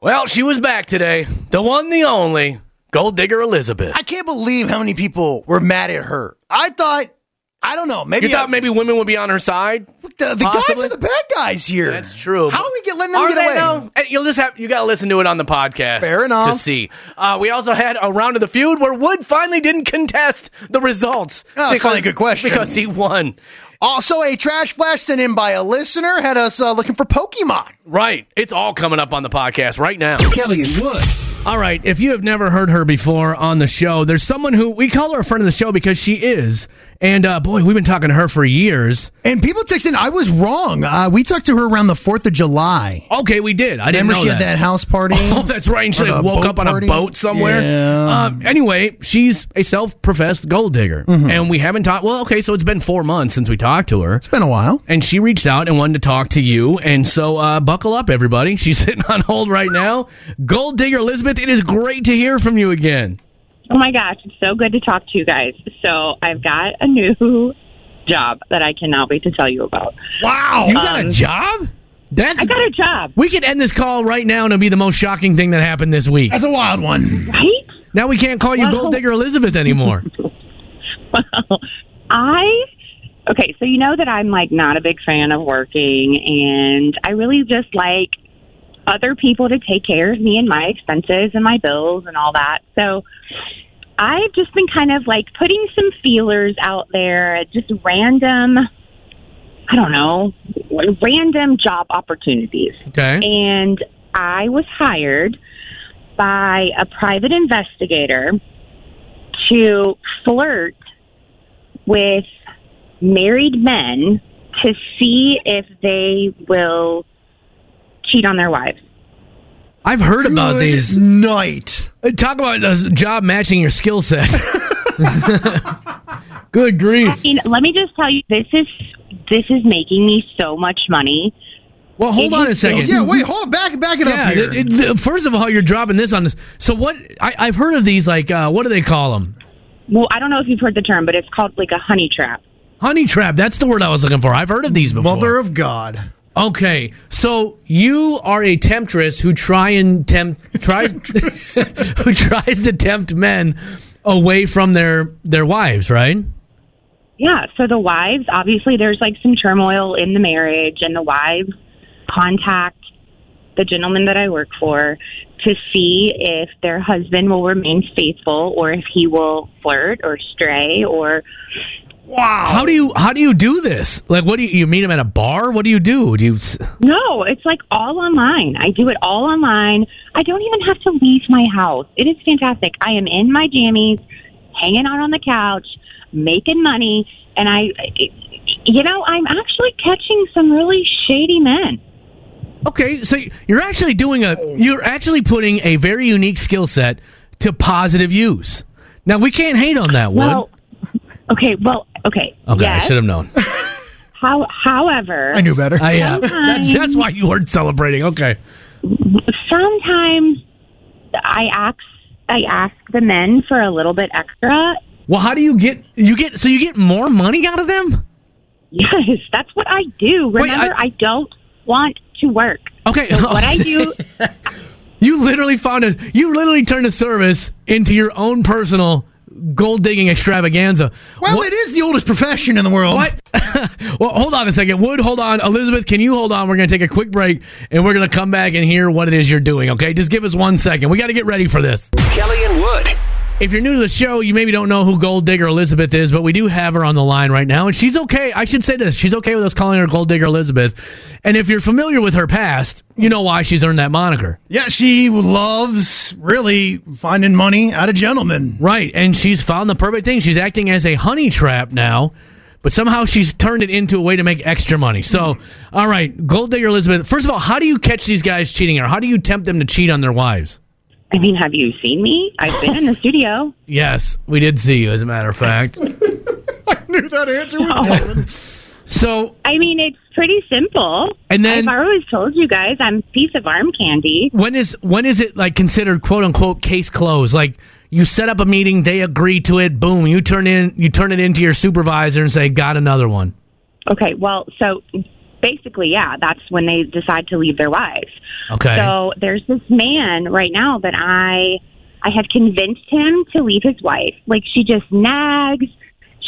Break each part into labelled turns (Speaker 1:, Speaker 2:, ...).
Speaker 1: Well, she was back today. The one, the only, Gold Digger Elizabeth.
Speaker 2: I can't believe how many people were mad at her. I thought, I don't know, maybe
Speaker 1: you thought maybe women would be on her side?
Speaker 2: the, the guys
Speaker 1: possibly?
Speaker 2: are the bad guys here.
Speaker 1: That's true,
Speaker 2: How
Speaker 1: but-
Speaker 2: are we get, letting them
Speaker 1: Are
Speaker 2: get
Speaker 1: they
Speaker 2: away?
Speaker 1: though? And You'll just have you got to listen to it on the podcast.
Speaker 2: Fair enough.
Speaker 1: To see, uh, we also had a round of the feud where Wood finally didn't contest the results.
Speaker 2: Oh, that's probably a good question.
Speaker 1: because he won.
Speaker 2: Also, a trash flash sent in by a listener had us uh, looking for Pokemon.
Speaker 1: Right. It's all coming up on the podcast right now.
Speaker 3: Kelly and Wood.
Speaker 1: All right. If you have never heard her before on the show, there's someone who we call her a friend of the show because she is. And uh, boy, we've been talking to her for years.
Speaker 2: And people texted, I was wrong. Uh, we talked to her around the 4th of July.
Speaker 1: Okay, we did. I didn't
Speaker 2: Remember
Speaker 1: know
Speaker 2: she had that house party?
Speaker 1: Oh, that's right. And she
Speaker 2: Or the
Speaker 1: like, woke
Speaker 2: boat
Speaker 1: up on a
Speaker 2: party?
Speaker 1: boat somewhere.
Speaker 2: Yeah.
Speaker 1: Um, anyway, she's a self-professed gold digger,
Speaker 2: Mm-hmm.
Speaker 1: and we haven't talked. Well, okay, so it's been four months since we talked to her,
Speaker 2: it's been a while.
Speaker 1: and she reached out and wanted to talk to you. And so, uh, buckle up, everybody. She's sitting on hold right now. Gold digger Elizabeth, it is great to hear from you again.
Speaker 4: Oh my gosh, it's so good to talk to you guys. So I've got a new job that I cannot wait to tell you about.
Speaker 1: Wow, you got a
Speaker 4: Um,
Speaker 1: job? That's
Speaker 4: I got a job,
Speaker 1: we could end this call right now, and it'll be the most shocking thing that happened this week.
Speaker 2: That's a wild one.
Speaker 4: right?
Speaker 1: Now we can't call you
Speaker 4: Wow.
Speaker 1: gold digger Elizabeth anymore.
Speaker 4: Well, I okay. So you know that I'm like not a big fan of working, and I really just like other people to take care of me and my expenses and my bills and all that. So I've just been kind of like putting some feelers out there, at just random. I don't know, random job opportunities.
Speaker 1: Okay.
Speaker 4: and I was hired by a private investigator to flirt with married men to see if they will cheat on their wives.
Speaker 1: I've heard about
Speaker 2: Good
Speaker 1: these.
Speaker 2: night.
Speaker 1: Uh, Talk about a job matching your skill set. Good grief.
Speaker 4: You know, let me just tell you, this is this is making me so much money.
Speaker 1: Well, hold on a second.
Speaker 2: Yeah, wait, hold it. Back, back it
Speaker 1: Yeah,
Speaker 2: up here.
Speaker 1: it- it- the- first of all, you're dropping this on us. So what? I, I've heard of these. Like, uh, what do they call them?
Speaker 4: Well, I don't know if you've heard the term, but it's called like a honey trap.
Speaker 1: Honey trap. That's the word I was looking for. I've heard of these before.
Speaker 2: Mother of God.
Speaker 1: Okay, so you are a temptress who try and tempt tries who tries to tempt men away from their their wives, right?
Speaker 4: Yeah, so the wives, obviously, there's like some turmoil in the marriage, and the wives contact the gentleman that I work for to see if their husband will remain faithful or if he will flirt or stray or
Speaker 1: How do you how do you do this? Like, what do you, you meet them at a bar? What do you do? Do you? s-
Speaker 4: no, it's like all online. I do it all online. I don't even have to leave my house. It is fantastic. I am in my jammies, hanging out on the couch, making money, and I you know, I'm actually catching some really shady men.
Speaker 1: Okay, so you're actually doing a you're actually putting a very unique skill set to positive use. Now we can't hate on that one.
Speaker 4: Well, okay. Well, okay.
Speaker 1: okay, I
Speaker 4: yes.
Speaker 1: should have known.
Speaker 4: How, however,
Speaker 2: I knew better.
Speaker 1: I, uh, that's,
Speaker 4: Sometimes-
Speaker 1: that's why you weren't celebrating. Okay,
Speaker 4: sometimes I ask I ask the men for a little bit extra.
Speaker 1: well, how do you get you get so you get more money out of them?
Speaker 4: Yes, that's what I do.
Speaker 1: Wait,
Speaker 4: Remember,
Speaker 1: I-
Speaker 4: I, don't want to work.
Speaker 1: Okay,
Speaker 4: What I do,
Speaker 1: you literally found a you literally turned a service into your own personal gold digging extravaganza.
Speaker 2: well, it is the oldest profession in the world.
Speaker 1: What? well, hold on a second. Wood, hold on. Elizabeth, can you hold on? We're going to take a quick break and we're going to come back and hear what it is you're doing, okay? Just give us one second. We got to get ready for this.
Speaker 3: Kelly and Wood.
Speaker 1: If you're new to the show, you maybe don't know who Gold Digger Elizabeth is, but we do have her on the line right now, and she's okay. I should say this: she's okay with us calling her Gold Digger Elizabeth. And if you're familiar with her past, you know why she's earned that moniker,
Speaker 2: Yeah, she loves really finding money out of gentlemen.
Speaker 1: right? And she's found the perfect thing. She's acting as a honey trap now, but somehow she's turned it into a way to make extra money. So, all right, Gold Digger Elizabeth. First of all, how do you catch these guys cheating, or how do you tempt them to cheat on their wives?
Speaker 4: I mean, have you seen me? I've been in the studio.
Speaker 1: Yes, we did see you, as a matter of fact.
Speaker 2: Knew that answer was
Speaker 1: So,
Speaker 4: I mean, it's pretty simple.
Speaker 1: And then-
Speaker 4: I've always told you guys I'm a piece of arm candy.
Speaker 1: when is when is it like considered quote unquote case closed? Like you set up a meeting, they agree to it, boom, you turn in you turn it into your supervisor and say, Got another one.
Speaker 4: Okay, well, so basically, yeah, that's when they decide to leave their wives.
Speaker 1: Okay.
Speaker 4: So there's this man right now that I I have convinced him to leave his wife. Like she just nags,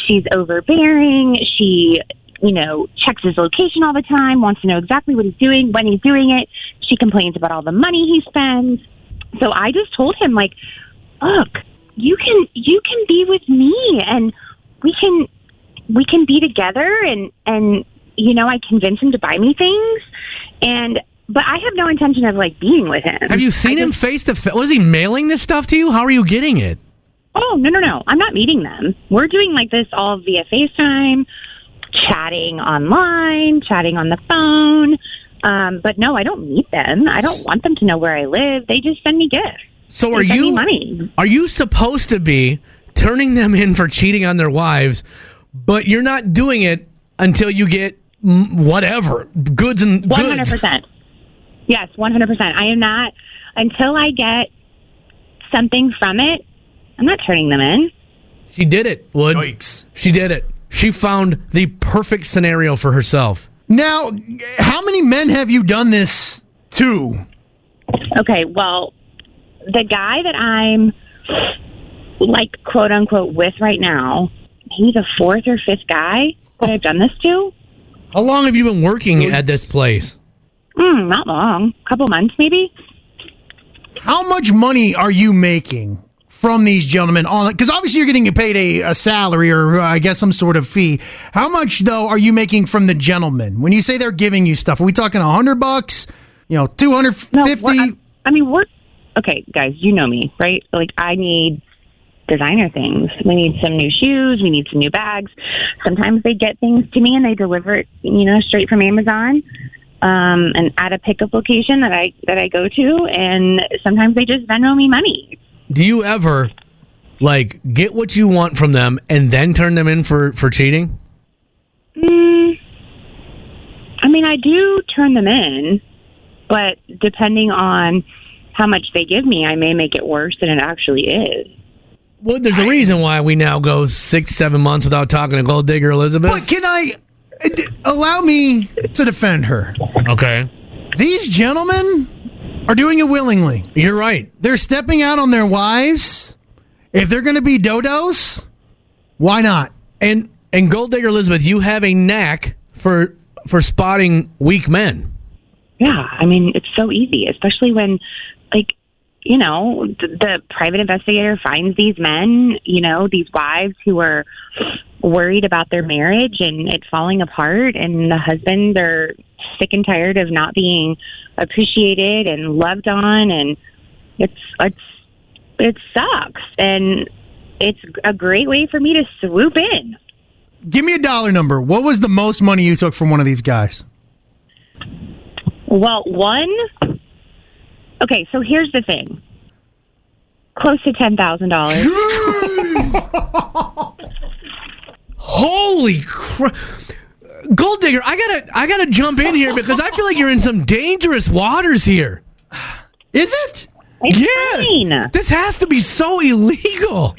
Speaker 4: she's overbearing, she you know, checks his location all the time, wants to know exactly what he's doing, when he's doing it. She complains about all the money he spends. So I just told him like, "Look, you can you can be with me and we can we can be together and and you know, I convince him to buy me things and but I have no intention of like being with him.
Speaker 1: Have you seen
Speaker 4: I
Speaker 1: him
Speaker 4: just-
Speaker 1: face to face? Was he mailing this stuff to you? How are you getting it?
Speaker 4: Oh no no no! I'm not meeting them. We're doing like this all via FaceTime, chatting online, chatting on the phone. Um, but no, I don't meet them. I don't want them to know where I live. They just send me gifts.
Speaker 1: So
Speaker 4: They
Speaker 1: are
Speaker 4: send
Speaker 1: you
Speaker 4: me money?
Speaker 1: are you supposed to be turning them in for cheating on their wives, but you're not doing it until you get mm, whatever goods and
Speaker 4: One hundred
Speaker 1: goods.
Speaker 4: percent. Yes, one hundred percent. I am not until I get something from it. I'm not turning them in.
Speaker 1: She did it. Wood.
Speaker 2: Yikes.
Speaker 1: She did it. She found the perfect scenario for herself.
Speaker 2: Now, how many men have you done this to?
Speaker 4: Okay, well, the guy that I'm like quote unquote with right now, he's a fourth or fifth guy that I've done this to.
Speaker 1: How long have you been working at this place?
Speaker 4: Mm, not long, couple months maybe.
Speaker 2: How much money are you making from these gentlemen? On because obviously you're getting paid a, a salary or uh, I guess some sort of fee. How much though are you making from the gentlemen when you say they're giving you stuff? Are we talking hundred bucks? You know, two hundred
Speaker 4: No,
Speaker 2: fifty.
Speaker 4: we're- I, I mean, we're okay, guys. You know me, right? Like, I need designer things. We need some new shoes. We need some new bags. Sometimes they get things to me and they deliver it, you know, straight from Amazon. Um, and at a pickup location that I that I go to, and sometimes they just Venmo me money.
Speaker 1: Do you ever like get what you want from them and then turn them in for for cheating?
Speaker 4: Mm, I mean, I do turn them in, but depending on how much they give me, I may make it worse than it actually is.
Speaker 1: Well, there's a reason why we now go six, seven months without talking to Gold Digger Elizabeth.
Speaker 2: But can I uh, d- allow me to defend her?
Speaker 1: Okay.
Speaker 2: These gentlemen are doing it willingly.
Speaker 1: You're right.
Speaker 2: They're stepping out on their wives. If they're going to be dodos, why not?
Speaker 1: And and Gold Digger Elizabeth, you have a knack for for spotting weak men.
Speaker 4: Yeah, I mean, it's so easy, especially when, like, you know, the, the private investigator finds these men, you know, these wives who are worried about their marriage and it falling apart, and the husbands are sick and tired of not being appreciated and loved on, and it's it's it sucks, and it's a great way for me to swoop in.
Speaker 2: Give me a dollar number. What was the most money you took from one of these guys?
Speaker 4: Well, one. Okay, so here's the thing. Close to ten thousand dollars.
Speaker 1: Holy crap. Gold Digger, I gotta I gotta jump in here because I feel like you're in some dangerous waters here.
Speaker 2: Is it?
Speaker 1: Yes.
Speaker 4: Fine.
Speaker 1: This has to be so illegal.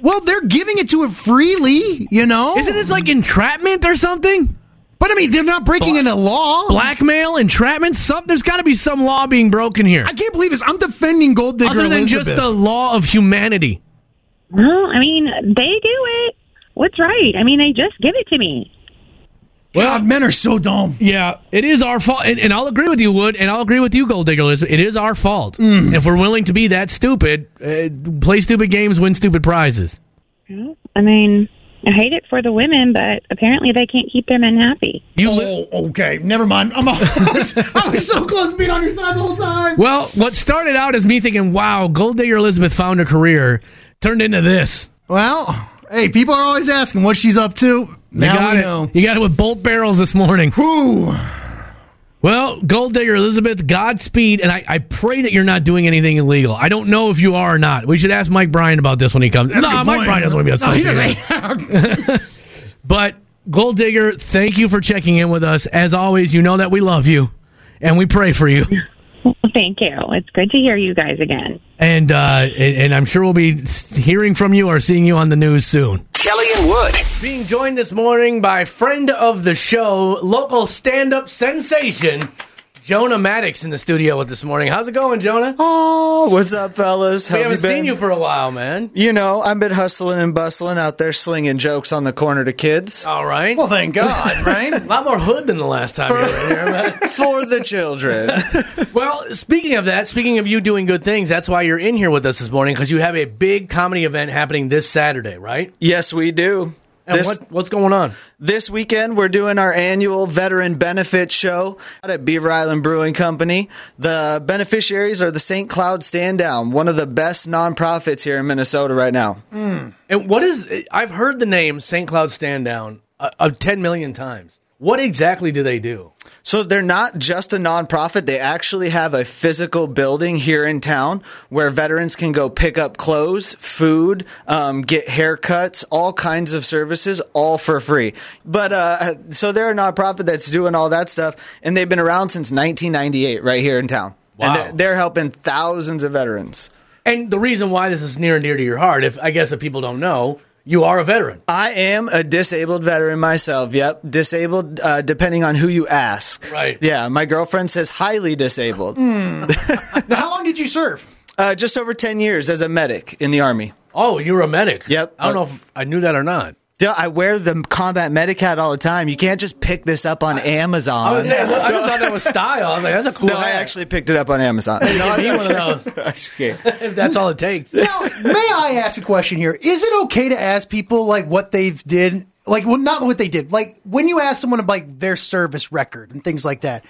Speaker 2: Well, they're giving it to it freely, you know?
Speaker 1: Isn't this like entrapment or something?
Speaker 2: But I mean, they're not breaking into law.
Speaker 1: Blackmail, entrapment, something there's gotta be some law being broken here.
Speaker 2: I can't believe this. I'm defending Gold Digger
Speaker 1: Other than
Speaker 2: Elizabeth.
Speaker 1: just the law of humanity.
Speaker 4: Well, I mean, they do it. What's right? I mean, they just give it to me.
Speaker 2: God, men are so dumb.
Speaker 1: Yeah, it is our fault, and, and I'll agree with you, Wood, and I'll agree with you, Gold Digger. Liz. It is our fault
Speaker 2: Mm.
Speaker 1: if we're willing to be that stupid, uh, play stupid games, win stupid prizes.
Speaker 4: I mean, I hate it for the women, but apparently they can't keep their men happy.
Speaker 1: You li-
Speaker 2: Oh, okay. Never mind. I'm a, I was so close to being on your side the whole time.
Speaker 1: well, what started out as me thinking, "Wow, Gold Digger Elizabeth found a career," turned into this.
Speaker 2: Well, hey, people are always asking what she's up to.
Speaker 1: You
Speaker 2: Now
Speaker 1: got
Speaker 2: we
Speaker 1: it.
Speaker 2: know.
Speaker 1: You got it with bolt barrels this morning.
Speaker 2: Whew.
Speaker 1: Well, Gold Digger Elizabeth, Godspeed, and I, I pray that you're not doing anything illegal. I don't know if you are or not. We should ask Mike Bryan about this when he comes.
Speaker 2: Good
Speaker 1: no, Mike
Speaker 2: point.
Speaker 1: Bryan doesn't want to be
Speaker 2: No, he
Speaker 1: associated.
Speaker 2: doesn't.
Speaker 1: But Gold Digger, thank you for checking in with us. As always, you know that we love you and we pray for you.
Speaker 4: Well, thank you. It's good to hear you guys again.
Speaker 1: And uh, and, and I'm sure we'll be hearing from you or seeing you on the news soon.
Speaker 3: Kelly and Wood.
Speaker 1: Being joined this morning by friend of the show, local stand up sensation, Jonah Maddox in the studio with this morning. How's it going, Jonah?
Speaker 5: Oh, what's up, fellas? How
Speaker 1: we
Speaker 5: have
Speaker 1: haven't
Speaker 5: you been?
Speaker 1: seen you for a while, man.
Speaker 5: You know, I've been hustling and bustling out there, slinging jokes on the corner to kids
Speaker 1: All right.
Speaker 2: Well, Oh, thank God, right?
Speaker 1: a lot more hood than the last time you were here. man.
Speaker 5: for the children.
Speaker 1: Well, speaking of that, speaking of you doing good things, that's why you're in here with us this morning because you have a big comedy event happening this Saturday, right?
Speaker 5: yes, we do.
Speaker 1: And
Speaker 5: This
Speaker 1: what, what's going on?
Speaker 5: this weekend, we're doing our annual veteran benefit show out at Beaver Island Brewing Company. The beneficiaries are the St. Cloud Stand Down, one of the best nonprofits here in Minnesota right now.
Speaker 1: And what is? I've heard the name St. Cloud Stand Down uh, uh, ten million times. What exactly do they do?
Speaker 5: So they're not just a nonprofit. They actually have a physical building here in town where veterans can go pick up clothes, food, um, get haircuts, all kinds of services, all for free. But uh, so they're a nonprofit that's doing all that stuff, and they've been around since 1998 right here in town.
Speaker 1: Wow.
Speaker 5: And they're, they're helping thousands of veterans.
Speaker 1: And the reason why this is near and dear to your heart, if I guess if people don't know, you are a veteran.
Speaker 2: Uh,
Speaker 5: I am a disabled veteran myself. Yep, disabled uh, depending on who you ask.
Speaker 1: Right.
Speaker 5: Yeah, my girlfriend says highly disabled.
Speaker 2: now, how long did you serve?
Speaker 5: Uh, just over 10 years as a medic in the Army.
Speaker 1: Oh, you're a medic.
Speaker 5: Yep.
Speaker 1: I don't know if I knew that or not.
Speaker 5: Yeah, I wear the combat medic hat all the time. You can't just pick this up on Amazon.
Speaker 1: I, was saying, I just thought that was style. I was like, that's a cool.
Speaker 5: no, I
Speaker 1: hat.
Speaker 5: actually picked it up on Amazon. No,
Speaker 1: Give me
Speaker 5: I'm
Speaker 1: one of those.
Speaker 5: just kidding.
Speaker 1: if that's all it takes.
Speaker 2: Now, may I ask a question here? Is it okay to ask people like what they've did? Like, well, not what they did. Like when you ask someone about like, their service record and things like that.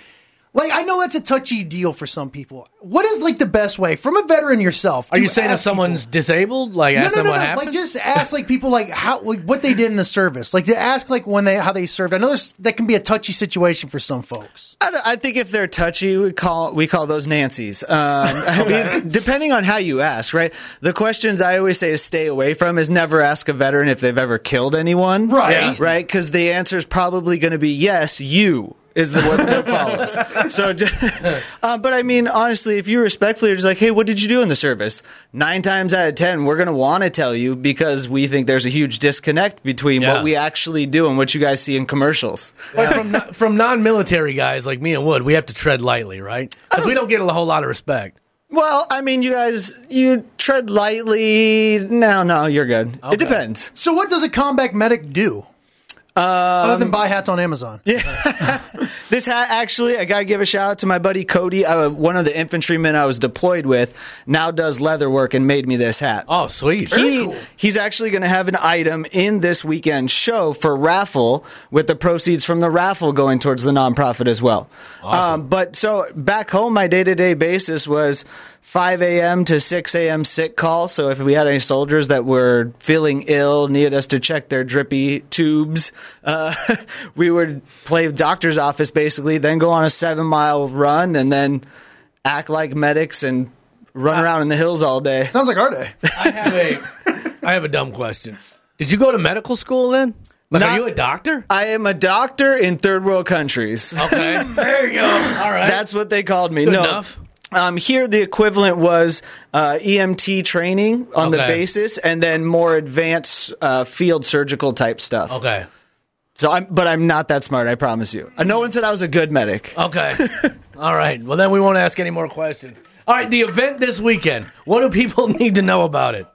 Speaker 2: Like, I know that's a touchy deal for some people. What is like the best way from a veteran yourself?
Speaker 1: Are
Speaker 2: to
Speaker 1: you saying if
Speaker 2: ask people-
Speaker 1: someone's disabled, like ask
Speaker 2: no,
Speaker 1: them
Speaker 2: no,
Speaker 1: what
Speaker 2: no, no.
Speaker 1: happened?
Speaker 2: Like just ask like people like how like, what they did in the service. Like to ask like when they how they served. I know there's, that can be a touchy situation for some folks.
Speaker 5: I, don't- I think if they're touchy, we call we call those Nancys. Um, I mean, depending on how you ask, right? The questions I always say to stay away from is never ask a veteran if they've ever killed anyone,
Speaker 2: Right. Yeah.
Speaker 5: Right? Because the answer is probably going to be yes, you. Is the one that follows. So, ju- uh, but I mean, honestly, if you respectfully are just like, hey, what did you do in the service? Nine times out of 10, we're going to want to tell you because we think there's a huge disconnect between
Speaker 1: Yeah.
Speaker 5: what we actually do and what you guys see in commercials.
Speaker 1: But from no- from non-military guys like me and Wood, we have to tread lightly, right? Because we don't get a whole lot of respect.
Speaker 5: Well, I mean, you guys, you tread lightly. No, no, you're good. It depends.
Speaker 2: So what does a combat medic do? Other than buy hats on Amazon. Um, Yeah.
Speaker 5: This hat, actually, I gotta give a shout out to my buddy Cody, uh, one of the infantrymen I was deployed with. Now does leather work and made me this hat.
Speaker 1: Oh, sweet.
Speaker 5: he, He's actually going to have an item in this weekend show for raffle, with the proceeds from the raffle going towards the nonprofit as well. Um, but so back home, my day to day basis was 5 a.m. to 6 a.m. sick call. So if we had any soldiers that were feeling ill, needed us to check their drippy tubes, uh, we would play doctor's office basically, then go on a seven mile run, and then act like medics and run around in the hills all day.
Speaker 2: Sounds like our day.
Speaker 1: I have a I have a dumb question. Did you go to medical school then? Like,
Speaker 5: Not-
Speaker 1: are you a doctor?
Speaker 5: I am a doctor in third world countries.
Speaker 1: Okay, there you go. All right,
Speaker 5: That's what they called me.
Speaker 1: Oh. good
Speaker 5: no.
Speaker 1: enough.
Speaker 5: Um, here, the equivalent was uh, EMT training on the
Speaker 1: Okay.
Speaker 5: basis, and then more advanced uh, field surgical type stuff.
Speaker 1: Okay,
Speaker 5: So, I'm, but I'm not that smart. I promise you. Uh, no one said I was a good medic.
Speaker 1: okay. All right. Well, then we won't ask any more questions. All right, the event this weekend. What do people need to know about it?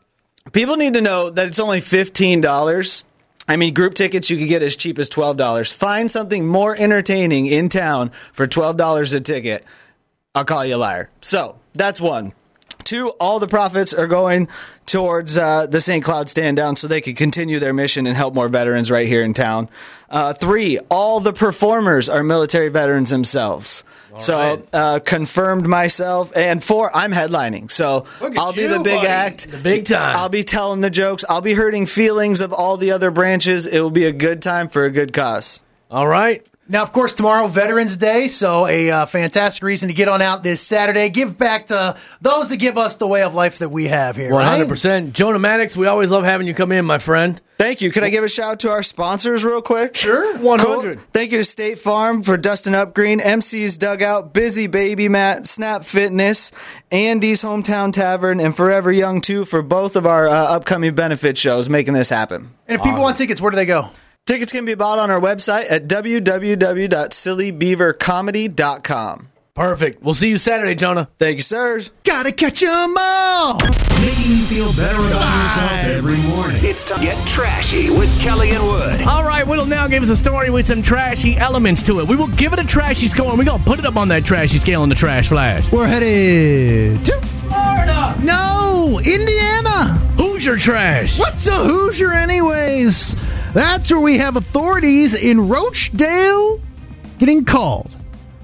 Speaker 5: People need to know that it's only fifteen dollars. I mean, group tickets you could get as cheap as twelve dollars. Find something more entertaining in town for twelve dollars a ticket. I'll call you a liar. So that's one. Two, all the profits are going towards uh, the St. Cloud Stand Down so they can continue their mission and help more veterans right here in town. Uh, three, all the performers are military veterans themselves. so
Speaker 1: right.
Speaker 5: uh, confirmed myself. And four, I'm headlining. So
Speaker 2: Look at
Speaker 5: I'll be
Speaker 2: you,
Speaker 5: the big
Speaker 2: buddy.
Speaker 5: act.
Speaker 1: The big time.
Speaker 5: I'll be telling the jokes. I'll be hurting feelings of all the other branches. It will be a good time for a good cause.
Speaker 1: All right.
Speaker 2: Now, of course, tomorrow Veterans Day, so a uh, fantastic reason to get on out this Saturday. Give back to those that give us the way of life that we have here.
Speaker 3: One
Speaker 2: right?
Speaker 3: hundred percent. Jonah Maddox, we always love having you come in, my friend.
Speaker 5: Thank you. Can I give a shout out to our sponsors real quick?
Speaker 3: Sure. 100.
Speaker 5: Thank you to State Farm for dusting up green, MC's Dugout, Busy Baby Mat, Snap Fitness, Andy's Hometown Tavern, and Forever Young 2 for both of our uh, upcoming benefit shows making this happen.
Speaker 2: And if people want tickets, where do they go?
Speaker 5: Tickets can be bought on our website at www.sillybeavercomedy.com.
Speaker 3: Perfect. We'll see you Saturday, Jonah.
Speaker 5: Thank you, sirs.
Speaker 2: Gotta catch 'em all.
Speaker 6: Making you feel better about yourself every morning.
Speaker 7: It's time to get trashy with Kelly and Wood.
Speaker 1: All right, Whittle now give us a story with some trashy elements to it. We will give it a trashy score, and we're going to put it up on that trashy scale in the trash flash.
Speaker 2: We're headed to Florida. No, Indiana.
Speaker 1: Who's your trash?
Speaker 2: What's a Hoosier, anyways? That's where we have authorities in Roachdale getting called.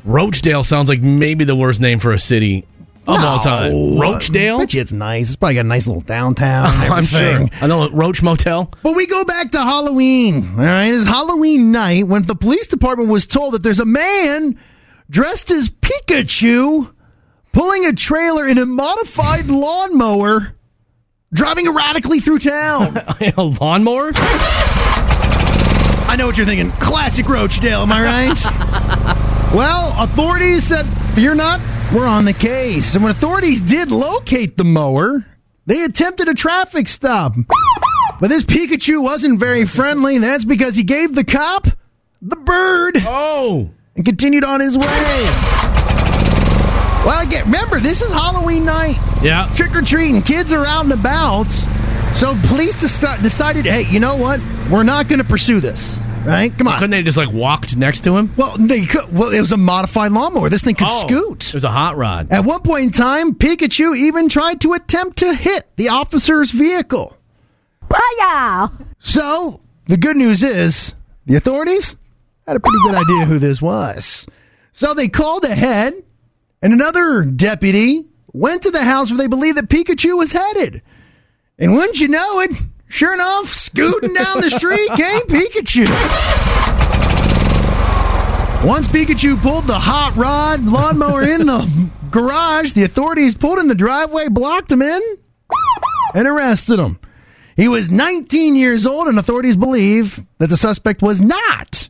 Speaker 1: Roachdale sounds like maybe the worst name for a city of all time. Roachdale?
Speaker 2: Uh, Bet you it's nice. It's probably got a nice little downtown. and
Speaker 1: I'm sure.
Speaker 2: everything.
Speaker 1: I know Roach Motel.
Speaker 2: But we go back to Halloween. All right, it's Halloween night when the police department was told that there's a man dressed as Pikachu pulling a trailer in a modified lawnmower, driving erratically through town.
Speaker 1: a lawnmower?
Speaker 2: I know what you're thinking. Classic Roachdale, am I right? well, authorities said, fear not, we're on the case. And when authorities did locate the mower, they attempted a traffic stop. But this Pikachu wasn't very friendly, and that's because he gave the cop the bird
Speaker 1: Oh,
Speaker 2: and continued on his way. Well, again, remember, this is Halloween night
Speaker 1: yeah.
Speaker 2: trick or treating. Kids are out and about. So police deci- decided, hey, you know what? We're not going to pursue this, right? Come on.
Speaker 1: Couldn't they just like walked next to him?
Speaker 2: Well, they could. Well, it was a modified lawnmower. This thing could
Speaker 1: Oh, It
Speaker 2: scoot.
Speaker 1: was a hot rod.
Speaker 2: At one point in time, Pikachu even tried to attempt to hit the officer's vehicle. So the good news is the authorities had a pretty good idea who this was. So they called ahead, and another deputy went to the house where they believed that Pikachu was headed. And wouldn't you know it, sure enough, scooting down the street came Pikachu. Once Pikachu pulled the hot rod lawnmower in the garage, the authorities pulled in the driveway, blocked him in, and arrested him. He was 19 years old, and authorities believe that the suspect was not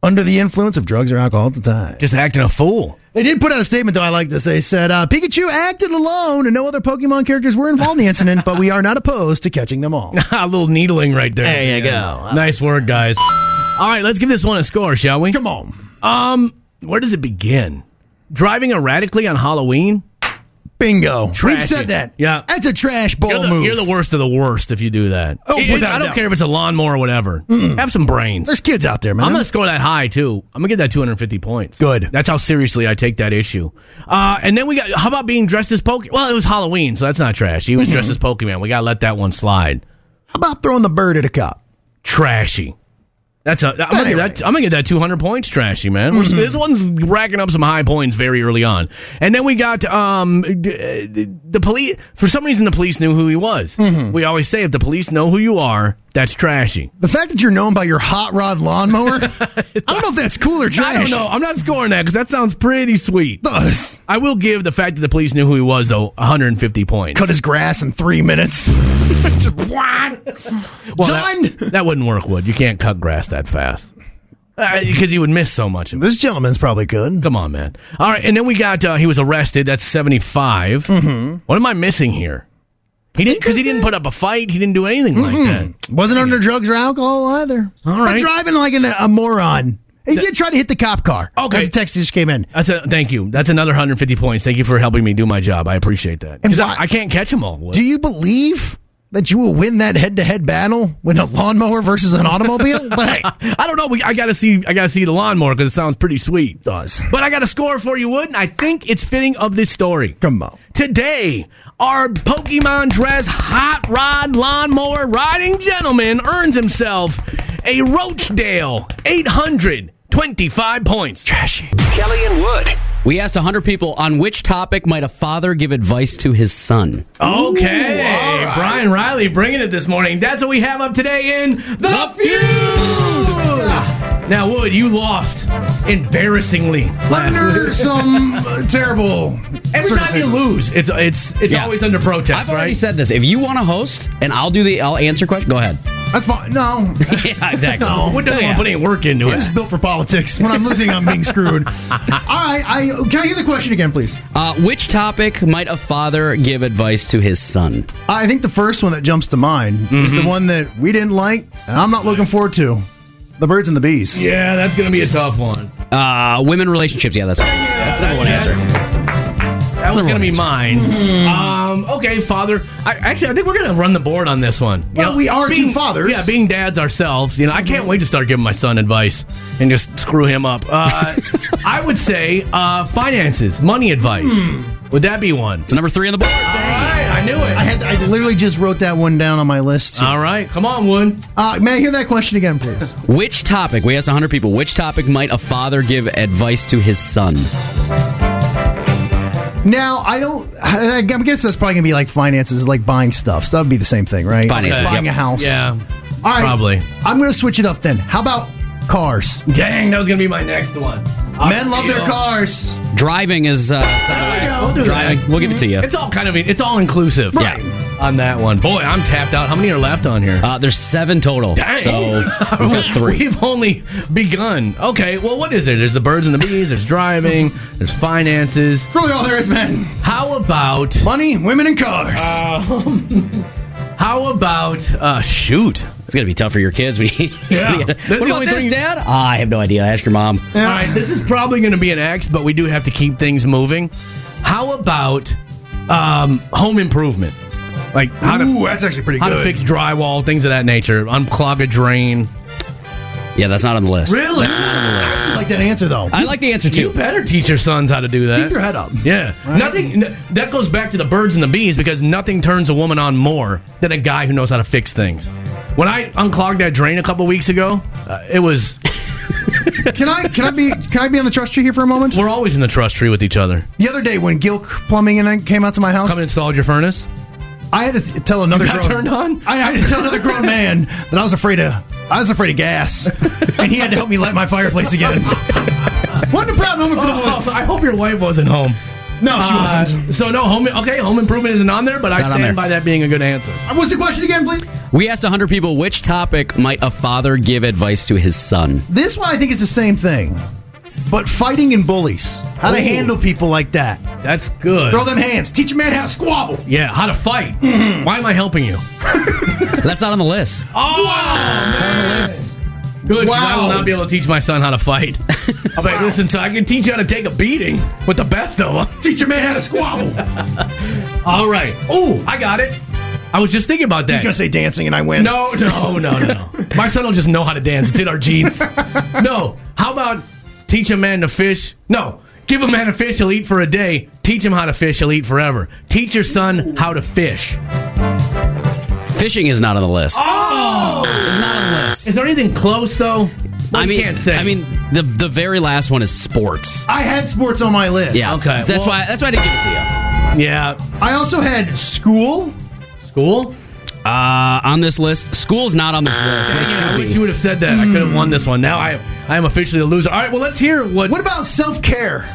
Speaker 2: under the influence of drugs or alcohol at the time.
Speaker 1: Just acting a fool.
Speaker 2: They did put out a statement, though. I like this. They said uh, Pikachu acted alone, and no other Pokemon characters were involved in the incident, but we are not opposed to catching them all.
Speaker 1: a little needling right there.
Speaker 2: There you go.
Speaker 1: Nice work, guys. All right, let's give this one a score, shall we?
Speaker 2: Come on,
Speaker 1: Um, where does it begin? Driving erratically on Halloween?
Speaker 2: bingo. We've
Speaker 1: Trashy.
Speaker 2: said that.
Speaker 1: Yeah.
Speaker 2: that's a trash ball
Speaker 1: You're the,
Speaker 2: move.
Speaker 1: you're the worst of the worst if you do that.
Speaker 2: Oh,
Speaker 1: It- it-
Speaker 2: without
Speaker 1: I
Speaker 2: a
Speaker 1: don't
Speaker 2: doubt.
Speaker 1: care if it's a lawnmower or whatever. Have some brains.
Speaker 2: There's kids out there, man.
Speaker 1: I'm going to score that high, too. I'm going to get that 250 points.
Speaker 2: Good.
Speaker 1: That's how seriously I take that issue. Uh, and then we got, how about being dressed as Pokemon? Well, it was Halloween, so that's not trash. He was dressed as Pokemon. We got to let that one slide.
Speaker 2: How about throwing the bird at a cop?
Speaker 1: Trashy. That's a. I'm gonna, get
Speaker 2: Anyway.
Speaker 1: that, I'm gonna get that 200 points trashy, man. We're- This one's racking up some high points very early on, and then we got um d- d- the police. For some reason, the police knew who he was. We always say if the police know who you are, that's trashy.
Speaker 2: The fact that you're known by your hot rod lawnmower, I don't know if that's cool or trash.
Speaker 1: I don't know. I'm not scoring that because that sounds pretty sweet.
Speaker 2: Ugh,
Speaker 1: I will give the fact that the police knew who he was though 150 points.
Speaker 2: cut his grass in three minutes.
Speaker 1: Well, that-
Speaker 2: Done!
Speaker 1: That, wouldn't work, would you? Can't cut grass that fast because he would miss so much of it.
Speaker 2: this gentleman's probably good.
Speaker 1: Come on, man. All right, and then we got uh, he was arrested. That's seventy
Speaker 2: Mm-hmm.
Speaker 1: What am I missing here? He didn't because he didn't put up a fight. He didn't do anything
Speaker 2: Mm-hmm.
Speaker 1: like that.
Speaker 2: Wasn't under drugs or alcohol either.
Speaker 1: All
Speaker 2: But
Speaker 1: right.
Speaker 2: driving like an, a moron. He did try to hit the cop car.
Speaker 1: Okay.
Speaker 2: As the text just came in.
Speaker 1: That's a thank you. That's another hundred fifty points. Thank you for helping me do my job. I appreciate that. 'Cause
Speaker 2: why-
Speaker 1: I, I can't catch them all. Wood.
Speaker 2: Do you believe that you will win that head to head battle with a lawnmower versus an automobile? but hey, it
Speaker 1: I don't know. We, I gotta see. I gotta see the lawnmower because it sounds pretty sweet.
Speaker 2: does.
Speaker 1: But I got a score for you, Wood. And I think it's fitting of this story.
Speaker 2: Come on.
Speaker 1: Today, our Pokemon dressed hot rod lawnmower riding gentleman earns himself a Roachdale 825 points. Trashy.
Speaker 7: Kelly and Wood.
Speaker 8: We asked 100 people on which topic might a father give advice to his son.
Speaker 1: Okay. Brian Riley bringing it this morning. That's what we have up today in The, Feud. Now, Wood, you lost embarrassingly last
Speaker 2: Under some uh, terrible.
Speaker 1: Every time you
Speaker 2: circumstances.
Speaker 1: lose, it's it's it's
Speaker 8: Yeah.
Speaker 1: always under protest,
Speaker 8: I've already
Speaker 1: right?
Speaker 8: said this. If you want to host, and I'll do the, I'll answer questions. Go ahead.
Speaker 2: that's fine. No,
Speaker 8: Yeah, exactly.
Speaker 2: No,
Speaker 1: Wood doesn't
Speaker 8: Oh, Yeah.
Speaker 1: want to put any work into
Speaker 2: I'm
Speaker 1: it.
Speaker 2: just built for politics. When I'm losing, I'm being screwed. All right, I can I hear the question again, please?
Speaker 8: Uh, which topic might a father give advice to his son?
Speaker 2: I think the first one that jumps to mind is the one that we didn't like, and I'm not looking forward to. The birds and the bees.
Speaker 1: Yeah, that's gonna be a tough one.
Speaker 8: Uh, women relationships. Yeah, that's that's number one answer.
Speaker 1: That was gonna be mine. Um,
Speaker 8: Hmm.
Speaker 1: okay, father. I, actually, I think we're gonna run the board on this one. You
Speaker 2: Well, we are two
Speaker 1: being,
Speaker 2: fathers.
Speaker 1: Yeah, being dads ourselves. You know, I can't wait to start giving my son advice and just screw him up. Uh, I would say uh, finances, money advice. Would that be one?
Speaker 8: It's number three on the board.
Speaker 1: All right, I knew
Speaker 2: Hmm. I
Speaker 1: it.
Speaker 2: had I literally just wrote that one down on my list.
Speaker 1: All right, come on, Wood.
Speaker 2: Uh, may I hear that question again, please?
Speaker 8: Which topic? We asked 100 people. Which topic might a father give advice to his son?
Speaker 2: Now, I don't. I I guess that's probably gonna be like finances, like buying stuff. So that'd be the same thing, right?
Speaker 8: Finances,
Speaker 2: Like buying
Speaker 8: yep.
Speaker 2: a house.
Speaker 1: Yeah.
Speaker 2: All right,
Speaker 1: Probably.
Speaker 2: I'm gonna switch it up then. How about cars?
Speaker 1: Dang, that was gonna be my next one.
Speaker 2: Men love their cars.
Speaker 8: Driving is uh, second
Speaker 1: There we
Speaker 8: last.
Speaker 1: go. We'll do
Speaker 8: Driving. We'll give it to you.
Speaker 1: It's all kind of it's all inclusive.
Speaker 8: Right.
Speaker 1: Yeah. On that one, boy, I'm tapped out. How many are left on here?
Speaker 8: Uh, there's seven total.
Speaker 1: Dang.
Speaker 8: So we've got three.
Speaker 1: We've only begun. Okay, well, what is there? There's the birds and the bees. There's driving. There's finances.
Speaker 2: It's really all there is, man.
Speaker 1: How about
Speaker 2: Money, women, and cars.
Speaker 1: Uh, how about uh, shoot?
Speaker 8: It's gonna be tough for your kids. When you,
Speaker 1: Yeah.
Speaker 8: what
Speaker 1: That's the
Speaker 8: about
Speaker 1: only
Speaker 8: this,
Speaker 1: thing-
Speaker 8: Dad? Ah, I have no idea. Ask your mom.
Speaker 1: All right, this is probably going to be an X, but we do have to keep things moving. How about um, home improvement? Like how to
Speaker 2: Ooh, that's actually pretty
Speaker 1: how
Speaker 2: good.
Speaker 1: to fix drywall, things of that nature, unclog a drain.
Speaker 8: Yeah, that's not on the list.
Speaker 1: Really?
Speaker 2: I actually like that answer though.
Speaker 8: I like the answer
Speaker 1: You
Speaker 8: too.
Speaker 1: better teach your sons how to do that.
Speaker 2: Keep your head up.
Speaker 1: Yeah. Nothing. n- that goes back to the birds and the bees because nothing turns a woman on more than a guy who knows how to fix things. When I unclogged that drain a couple weeks ago, uh, it was
Speaker 2: Can I can I be can I be on the trust tree here for a moment?
Speaker 1: we're always in the trust tree with each other.
Speaker 2: The other day when Gilk Plumbing and I came out to my house,
Speaker 1: Come and installed your furnace.
Speaker 2: I had to th- tell another
Speaker 1: You got
Speaker 2: grown,
Speaker 1: turned on?
Speaker 2: I had to tell another grown man that I was afraid of I was afraid of gas, and he had to help me light my fireplace again. What a proud moment for the woods.
Speaker 1: Oh, I hope your wife wasn't home.
Speaker 2: No, she
Speaker 1: Uh,
Speaker 2: wasn't.
Speaker 1: so no home. Okay, home improvement isn't on there, but I
Speaker 8: not on there.
Speaker 1: stand by that being a good answer.
Speaker 2: What's the question again, please?
Speaker 8: We asked 100 people which topic might a father give advice to his son.
Speaker 2: This one I think is the same thing, but fighting and bullies. How to handle people like that.
Speaker 1: That's good.
Speaker 2: Throw them hands. Teach a man how to squabble.
Speaker 1: Yeah, how to fight. Why am I helping you?
Speaker 8: That's not on the list.
Speaker 1: Oh, Good, 'cause I
Speaker 2: Wow.
Speaker 1: will not be able to teach my son how to fight. I'll be like, listen, so I can teach you how to take a beating with the best of them.
Speaker 2: Teach a man how to squabble. I
Speaker 1: All right. Oh, I got it. I was just thinking about
Speaker 2: was
Speaker 1: that.
Speaker 2: gonna say dancing, and I win.
Speaker 1: no, no, no, no, no. My son will just know how to dance. It's in our genes. No. How about teach a man to fish? No. Give a man a fish, he'll eat for a day. Teach him how to fish, he'll eat forever. Teach your son how to fish.
Speaker 8: Fishing is not on the list. Oh, it's not on the list.
Speaker 1: Is there anything close though? Well,
Speaker 8: I
Speaker 1: you
Speaker 8: mean,
Speaker 1: can't say.
Speaker 8: I mean, the the very last one is sports.
Speaker 2: I had sports on my list.
Speaker 8: Yeah.
Speaker 1: Okay,
Speaker 8: That's
Speaker 1: well-
Speaker 8: why. That's why I didn't give it to you.
Speaker 1: yeah.
Speaker 2: I also had school.
Speaker 1: School.
Speaker 8: Uh, on this list, school's not on this list. But
Speaker 1: Yeah,
Speaker 8: it
Speaker 1: I
Speaker 8: should
Speaker 1: wish
Speaker 8: be.
Speaker 1: you would have said that. I could have won this one. Now I, I am officially a loser. All right, well let's hear what,
Speaker 2: What about self care?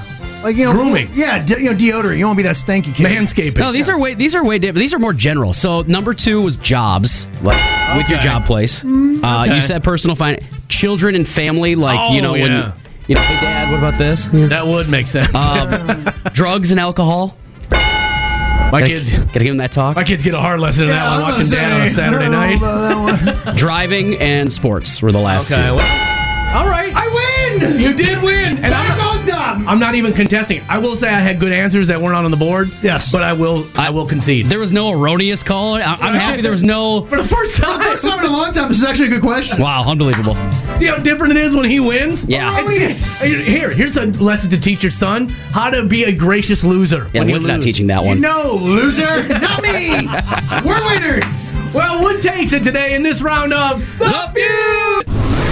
Speaker 2: Like you know,
Speaker 1: Grooming.
Speaker 2: Yeah, de- you know, deodorant. You don't want to be that stanky kid.
Speaker 1: manscaping.
Speaker 8: No, these are way these are way different. These are more general. So number two was jobs, like with your
Speaker 1: Okay. Mm,
Speaker 8: job place. Uh, You said personal finance, children and family, like you
Speaker 1: Oh,
Speaker 8: know
Speaker 1: yeah.
Speaker 8: when you know, hey dad, what about this?
Speaker 1: that would make sense.
Speaker 8: Um, drugs and alcohol.
Speaker 1: my
Speaker 8: Gotta-
Speaker 1: kids,
Speaker 8: gotta give them that talk.
Speaker 1: my kids get a hard lesson in
Speaker 2: Yeah,
Speaker 1: that
Speaker 2: I'm
Speaker 1: one.
Speaker 2: gonna
Speaker 1: Watching dad on a
Speaker 2: say,
Speaker 1: Saturday
Speaker 2: I don't know
Speaker 1: night.
Speaker 2: about that one.
Speaker 8: Driving and sports were the last
Speaker 1: Okay,
Speaker 8: two.
Speaker 1: well, all right.
Speaker 2: I win.
Speaker 1: you did win, and I'm
Speaker 2: Back
Speaker 1: not,
Speaker 2: on top.
Speaker 1: I'm not even contesting. I will say I had good answers that weren't on the board.
Speaker 2: Yes.
Speaker 1: but I will, I, will concede.
Speaker 8: There was no erroneous call. I, I'm happy there was no.
Speaker 1: For the first time,
Speaker 2: First time in a long time. This is actually a good question.
Speaker 8: Wow, unbelievable.
Speaker 1: see how different it is when he wins.
Speaker 8: Yeah.
Speaker 1: It's- Here, here's a lesson to teach your son how to be a gracious loser.
Speaker 8: Yeah,
Speaker 1: when you
Speaker 8: Wood's not
Speaker 1: lose.
Speaker 8: teaching that one.
Speaker 2: No loser, not me. We're winners.
Speaker 1: Well, Wood takes it today in this round of the feud.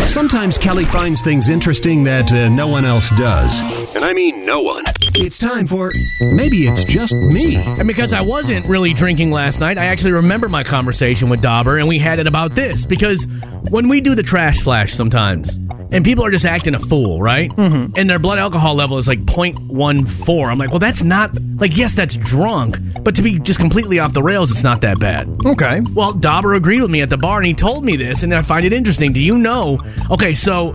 Speaker 6: Sometimes Kelly finds things interesting that uh, no one else does.
Speaker 7: And I mean no one.
Speaker 6: It's time for Maybe It's Just Me.
Speaker 1: And because I wasn't really drinking last night, I actually remember my conversation with Dauber, and we had it about this because when we do the trash flash sometimes, and people are just acting a fool, right? Mm-hmm. And their blood alcohol level is like 0.14. I'm like, well, that's not like yes, that's drunk, but to be just completely off the rails, it's not that bad.
Speaker 2: Okay.
Speaker 1: Well, Dauber agreed with me at the bar, and he told me this, and I find it interesting. Do you know? Okay, so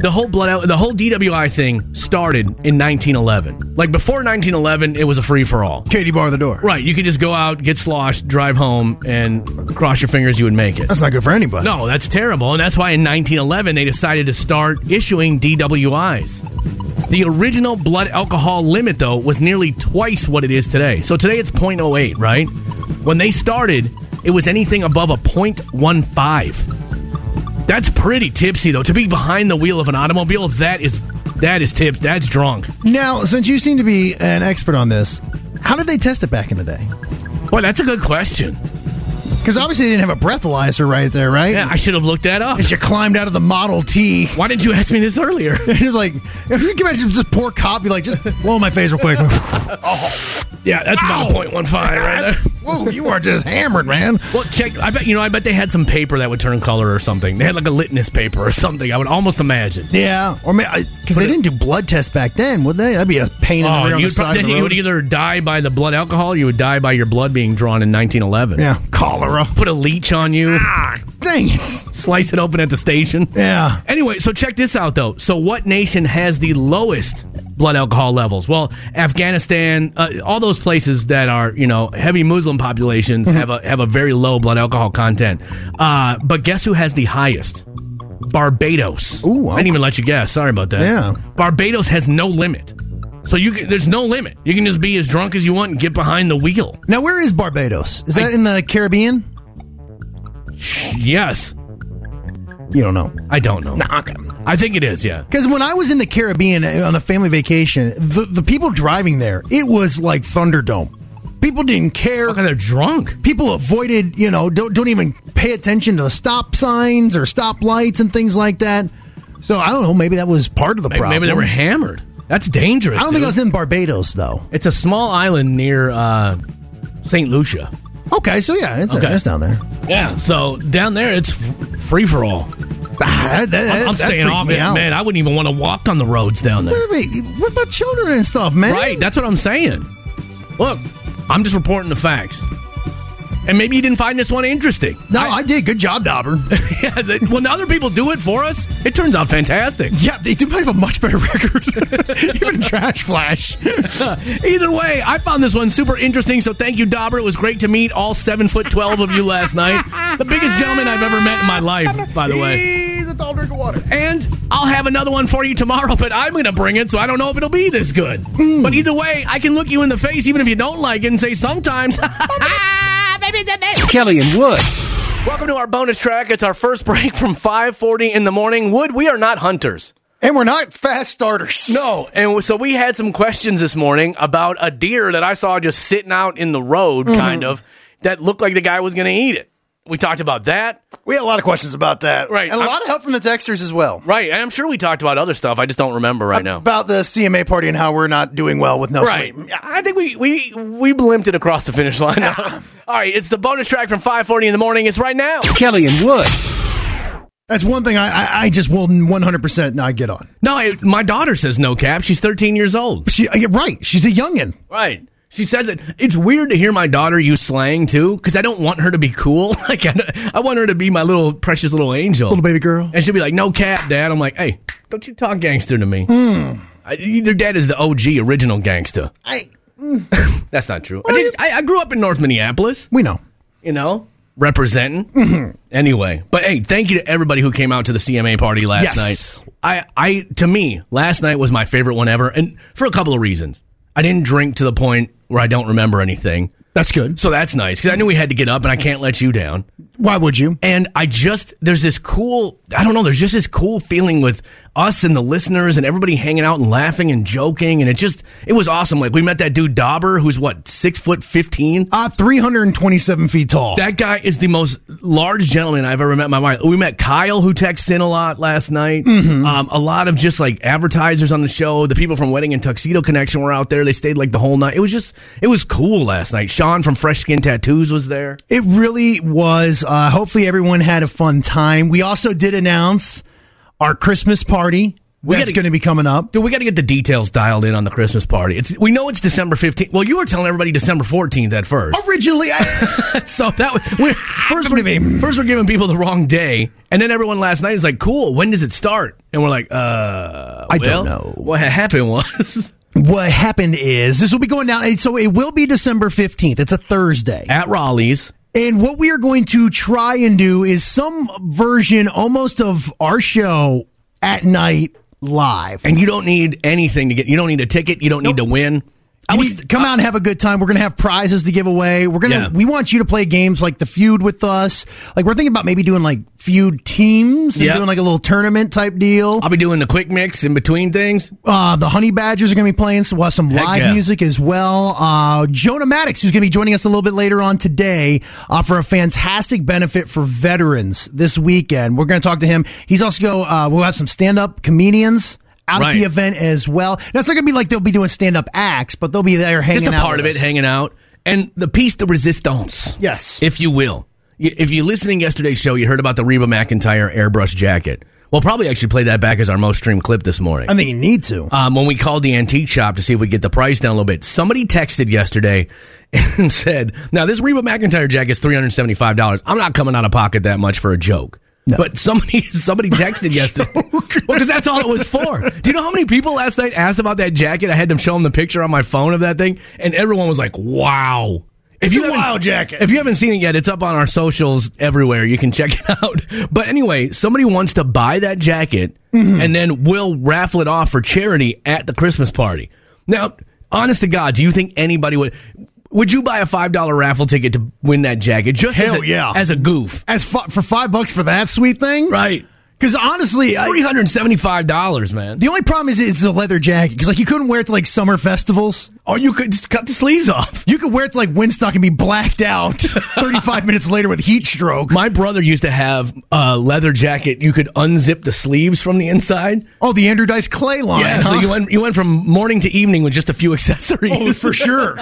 Speaker 1: the whole blood out, the whole DWI thing started in 1911. Like before 1911, it was a free for all.
Speaker 2: Katie, bar the door.
Speaker 1: Right, you could just go out, get sloshed, drive home, and cross your fingers you would make it.
Speaker 2: That's not good for anybody.
Speaker 1: No, that's terrible. And that's why in 1911 they decided to start issuing DWIs. The original blood alcohol limit, though, was nearly twice what it is today. So today it's 0.08, right? When they started, it was anything above a 0.15. That's pretty tipsy, though. To be behind the wheel of an automobile, that is that is tipped. That's drunk.
Speaker 2: Now, since you seem to be an expert on this, how did they test it back in the day?
Speaker 1: Boy, that's a good question.
Speaker 2: Because obviously they didn't have a breathalyzer right there, right?
Speaker 1: Yeah, I should have looked that up.
Speaker 2: As you climbed out of the Model T,
Speaker 1: Why didn't you ask me this earlier?
Speaker 2: you're like, if you can imagine just poor cop, you're like, just blow my face real quick.
Speaker 1: Yeah, that's about a 0.15 right there.
Speaker 2: Whoa, you are just hammered, man.
Speaker 1: Well, check. I bet you know. I bet they had some paper that would turn color or something. They had like a litmus paper or something. I would almost imagine.
Speaker 2: Yeah, or because they didn't do blood tests back then, would they? That'd be a pain in the rear on the
Speaker 1: you'd prob-
Speaker 2: side of
Speaker 1: then
Speaker 2: the
Speaker 1: Oh, you
Speaker 2: road.
Speaker 1: would either die by the blood alcohol, or you would die by your blood being drawn in 1911.
Speaker 2: yeah, cholera.
Speaker 1: Put a leech on you,
Speaker 2: Dang it.
Speaker 1: slice it open at the station.
Speaker 2: Yeah.
Speaker 1: Anyway, so check this out though. So, what nation has the lowest blood alcohol levels? Well, Afghanistan, uh, all those places that are you know heavy Muslim populations
Speaker 2: Mm-hmm.
Speaker 1: have a have a very low blood alcohol content. Uh, but guess who has the highest? Barbados.
Speaker 2: Ooh,
Speaker 1: I didn't even let you guess. Sorry about that.
Speaker 2: Yeah.
Speaker 1: Barbados has no limit. So you can, there's no limit. You can just be as drunk as you want and get behind the wheel.
Speaker 2: Now, where is Barbados? Is that in the Caribbean?
Speaker 1: Yes,
Speaker 2: You don't know.
Speaker 1: I don't know. I think it is. Yeah.
Speaker 2: Because when I was in the Caribbean eh, on a family vacation, the, the people driving there, it was like Thunderdome. People didn't care.
Speaker 1: Okay, they're drunk.
Speaker 2: People avoided, you know, don't don't even pay attention to the stop signs or stop lights and things like that. So I don't know. Maybe that was part of the
Speaker 1: Maybe,
Speaker 2: problem.
Speaker 1: maybe they were hammered. That's dangerous.
Speaker 2: I don't think I
Speaker 1: dude.
Speaker 2: was in Barbados though.
Speaker 1: It's a small island near uh, St. Lucia.
Speaker 2: Okay, so yeah, it's,
Speaker 1: Okay.
Speaker 2: it's down there.
Speaker 1: Yeah. So down there, it's f- free for all.
Speaker 2: Ah, that- that-
Speaker 1: I'm
Speaker 2: that
Speaker 1: staying
Speaker 2: freaked
Speaker 1: off
Speaker 2: me
Speaker 1: it,
Speaker 2: out.
Speaker 1: man. I wouldn't even want to walk on the roads down there.
Speaker 2: Wait, What about children and stuff, man?
Speaker 1: Right. That's what I'm saying. Look, I'm just reporting the facts. And maybe you didn't find this one interesting.
Speaker 2: No, I, did. Good job, Dauber.
Speaker 1: yeah, that- when other people do it for us, it turns out fantastic.
Speaker 2: yeah, they do have a much better record. even Trash Flash.
Speaker 1: Either way, I found this one super interesting. So thank you, Dauber. It was great to meet all seven foot twelve of you last night. The biggest gentleman I've ever met in my life, by the way.
Speaker 2: He's a tall drink of water.
Speaker 1: And I'll have another one for you tomorrow, but I'm going to bring it, so I don't know if it'll be this good. But either way, I can look you in the face, even if you don't like it, and say sometimes.
Speaker 7: Kelly and Wood.
Speaker 1: Welcome to our bonus track. It's our first break from 5:40 in the morning. Wood, we are not hunters.
Speaker 2: And we're not fast starters.
Speaker 1: No, and so we had some questions this morning about a deer that I saw just sitting out in the road, kind of, that looked like the guy was going to eat it. We talked about that,
Speaker 2: We had a lot of questions about that.
Speaker 1: Right,
Speaker 2: And a
Speaker 1: I-
Speaker 2: lot of help from the texters as well.
Speaker 1: right? And I'm sure we talked about other stuff. I just don't remember right now.
Speaker 2: About the CMA party and how we're not doing well with no
Speaker 1: Right.
Speaker 2: sleep.
Speaker 1: I think we we we blimped it across the finish line. All right, it's the bonus track from 5:40 in the morning. It's right now.
Speaker 7: Kelly and Wood.
Speaker 2: That's one thing I, I, I just will 100% not get on.
Speaker 1: No, I, my daughter says no cap. She's 13 years old.
Speaker 2: She, yeah, right. She's a youngin'.
Speaker 1: Right. She says it. It's weird to hear my daughter use slang too, because I don't want her to be cool. Like I, don't- I want her to be my little precious little angel,
Speaker 2: Little baby girl.
Speaker 1: And she'll be like, "No cap, dad." I'm like, "Hey, don't you talk gangster to me."
Speaker 2: Hmm.
Speaker 1: I, your dad is the OG original gangster.
Speaker 2: I,
Speaker 1: That's not true. I, did, I, I grew up in North Minneapolis.
Speaker 2: we know.
Speaker 1: you know, representing. Anyway, but hey, thank you to everybody who came out to the CMA party last
Speaker 2: Yes.
Speaker 1: night. I, I, to me, last night was my favorite one ever, and for a couple of reasons. I didn't drink to the point where I don't remember anything,
Speaker 2: That's good.
Speaker 1: so that's nice because I knew we had to get up, and I can't let you down.
Speaker 2: Why would you?
Speaker 1: And I just there's this cool I don't know there's just this cool feeling with us and the listeners and everybody hanging out and laughing and joking and it just it was awesome like we met that dude Dauber who's what six foot fifteen
Speaker 2: Uh, 327 feet tall.
Speaker 1: that guy is the most large gentleman I've ever met in my life. We met Kyle, who texts in a lot last night. Um, a lot of just like advertisers on the show. The people from Wedding and Tuxedo Connection were out there. They stayed like the whole night. It was just, it was cool last night. Sean from Fresh Skin Tattoos was there.
Speaker 2: It really was. Uh, hopefully, everyone had a fun time. We also did announce our Christmas party that's
Speaker 1: gotta-
Speaker 2: going to be coming up.
Speaker 1: Dude, we got to get the details dialed in on the Christmas party. It's we know it's December fifteenth. Well, you were telling everybody December fourteenth at first,
Speaker 2: Originally, I,
Speaker 1: so that was, we're, first we're first we're giving people the wrong day, and then everyone last night is like, "Cool, when does it start?" And we're like, "Uh,
Speaker 2: I
Speaker 1: well,
Speaker 2: don't know.
Speaker 1: What had happened was
Speaker 2: what happened is this will be going down. So it will be December 15th. It's a Thursday.
Speaker 1: at Raleigh's.
Speaker 2: And what we are going to try and do is some version almost of our show at night live.
Speaker 1: And you don't need anything to get. You don't need a ticket. You don't need to win.
Speaker 2: You need to come out and have a good time. We're gonna have prizes to give away. We're gonna
Speaker 1: Yeah.
Speaker 2: we want you to play games like the feud with us. Like we're thinking about maybe doing like feud teams and
Speaker 1: Yeah.
Speaker 2: doing like a little tournament type deal.
Speaker 1: I'll be doing the quick mix in between things.
Speaker 2: Uh, the Honey Badgers are gonna be playing some, we'll have some live
Speaker 1: yeah.
Speaker 2: music as well. Uh, Jonah Maddox, who's gonna be joining us a little bit later on today, uh, for a fantastic benefit for veterans this weekend. We're gonna talk to him. He's also go. Uh, we'll have some stand up comedians. Out at
Speaker 1: Right.
Speaker 2: the event as well. Now, it's not going to be like they'll be doing stand up acts, but they'll be there hanging
Speaker 1: Just a
Speaker 2: out
Speaker 1: part
Speaker 2: with
Speaker 1: of it,
Speaker 2: us.
Speaker 1: hanging out, and the piece de resistance.
Speaker 2: Yes.
Speaker 1: if you will. Y- If you're listening yesterday's show, you heard about the Reba McIntyre airbrush jacket. We'll probably actually play that back as our most streamed clip this morning.
Speaker 2: I think you need to.
Speaker 1: um, when we called the antique shop to see if we could get the price down a little bit, somebody texted yesterday and said, "Now this Reba McIntyre jacket is three hundred seventy-five dollars. I'm not coming out of pocket that much for a joke." But somebody somebody texted yesterday. well, because that's all it was for. Do you know how many people last night asked about that jacket? I had them show them the picture on my phone of that thing, and everyone was like, "Wow." If
Speaker 2: It's a
Speaker 1: haven't-
Speaker 2: wild jacket.
Speaker 1: If you haven't seen it yet, it's up on our socials everywhere. You can check it out. But anyway, somebody wants to buy that jacket
Speaker 2: Mm-hmm.
Speaker 1: and then we'll raffle it off for charity at the Christmas party. Now, honest to God, do you think anybody would would you buy a five dollar raffle ticket to win that jacket? Just as
Speaker 2: Hell
Speaker 1: a,
Speaker 2: yeah.
Speaker 1: as a goof.
Speaker 2: As fi- for five bucks for that sweet thing,
Speaker 1: Right.
Speaker 2: Because honestly, I,
Speaker 1: Three hundred and seventy five dollars, man.
Speaker 2: the only problem is it's a leather jacket. Because like you couldn't wear it to like summer festivals.
Speaker 1: Or Oh, you could just cut the sleeves off.
Speaker 2: You could wear it to like Winstock and be blacked out 35 minutes later with heat stroke.
Speaker 1: My brother used to have a leather jacket. You could unzip the sleeves from the inside.
Speaker 2: Oh, the Andrew Dice Clay line.
Speaker 1: Yeah,
Speaker 2: huh?
Speaker 1: so you went you went from morning to evening with just a few accessories.
Speaker 2: Oh, for sure.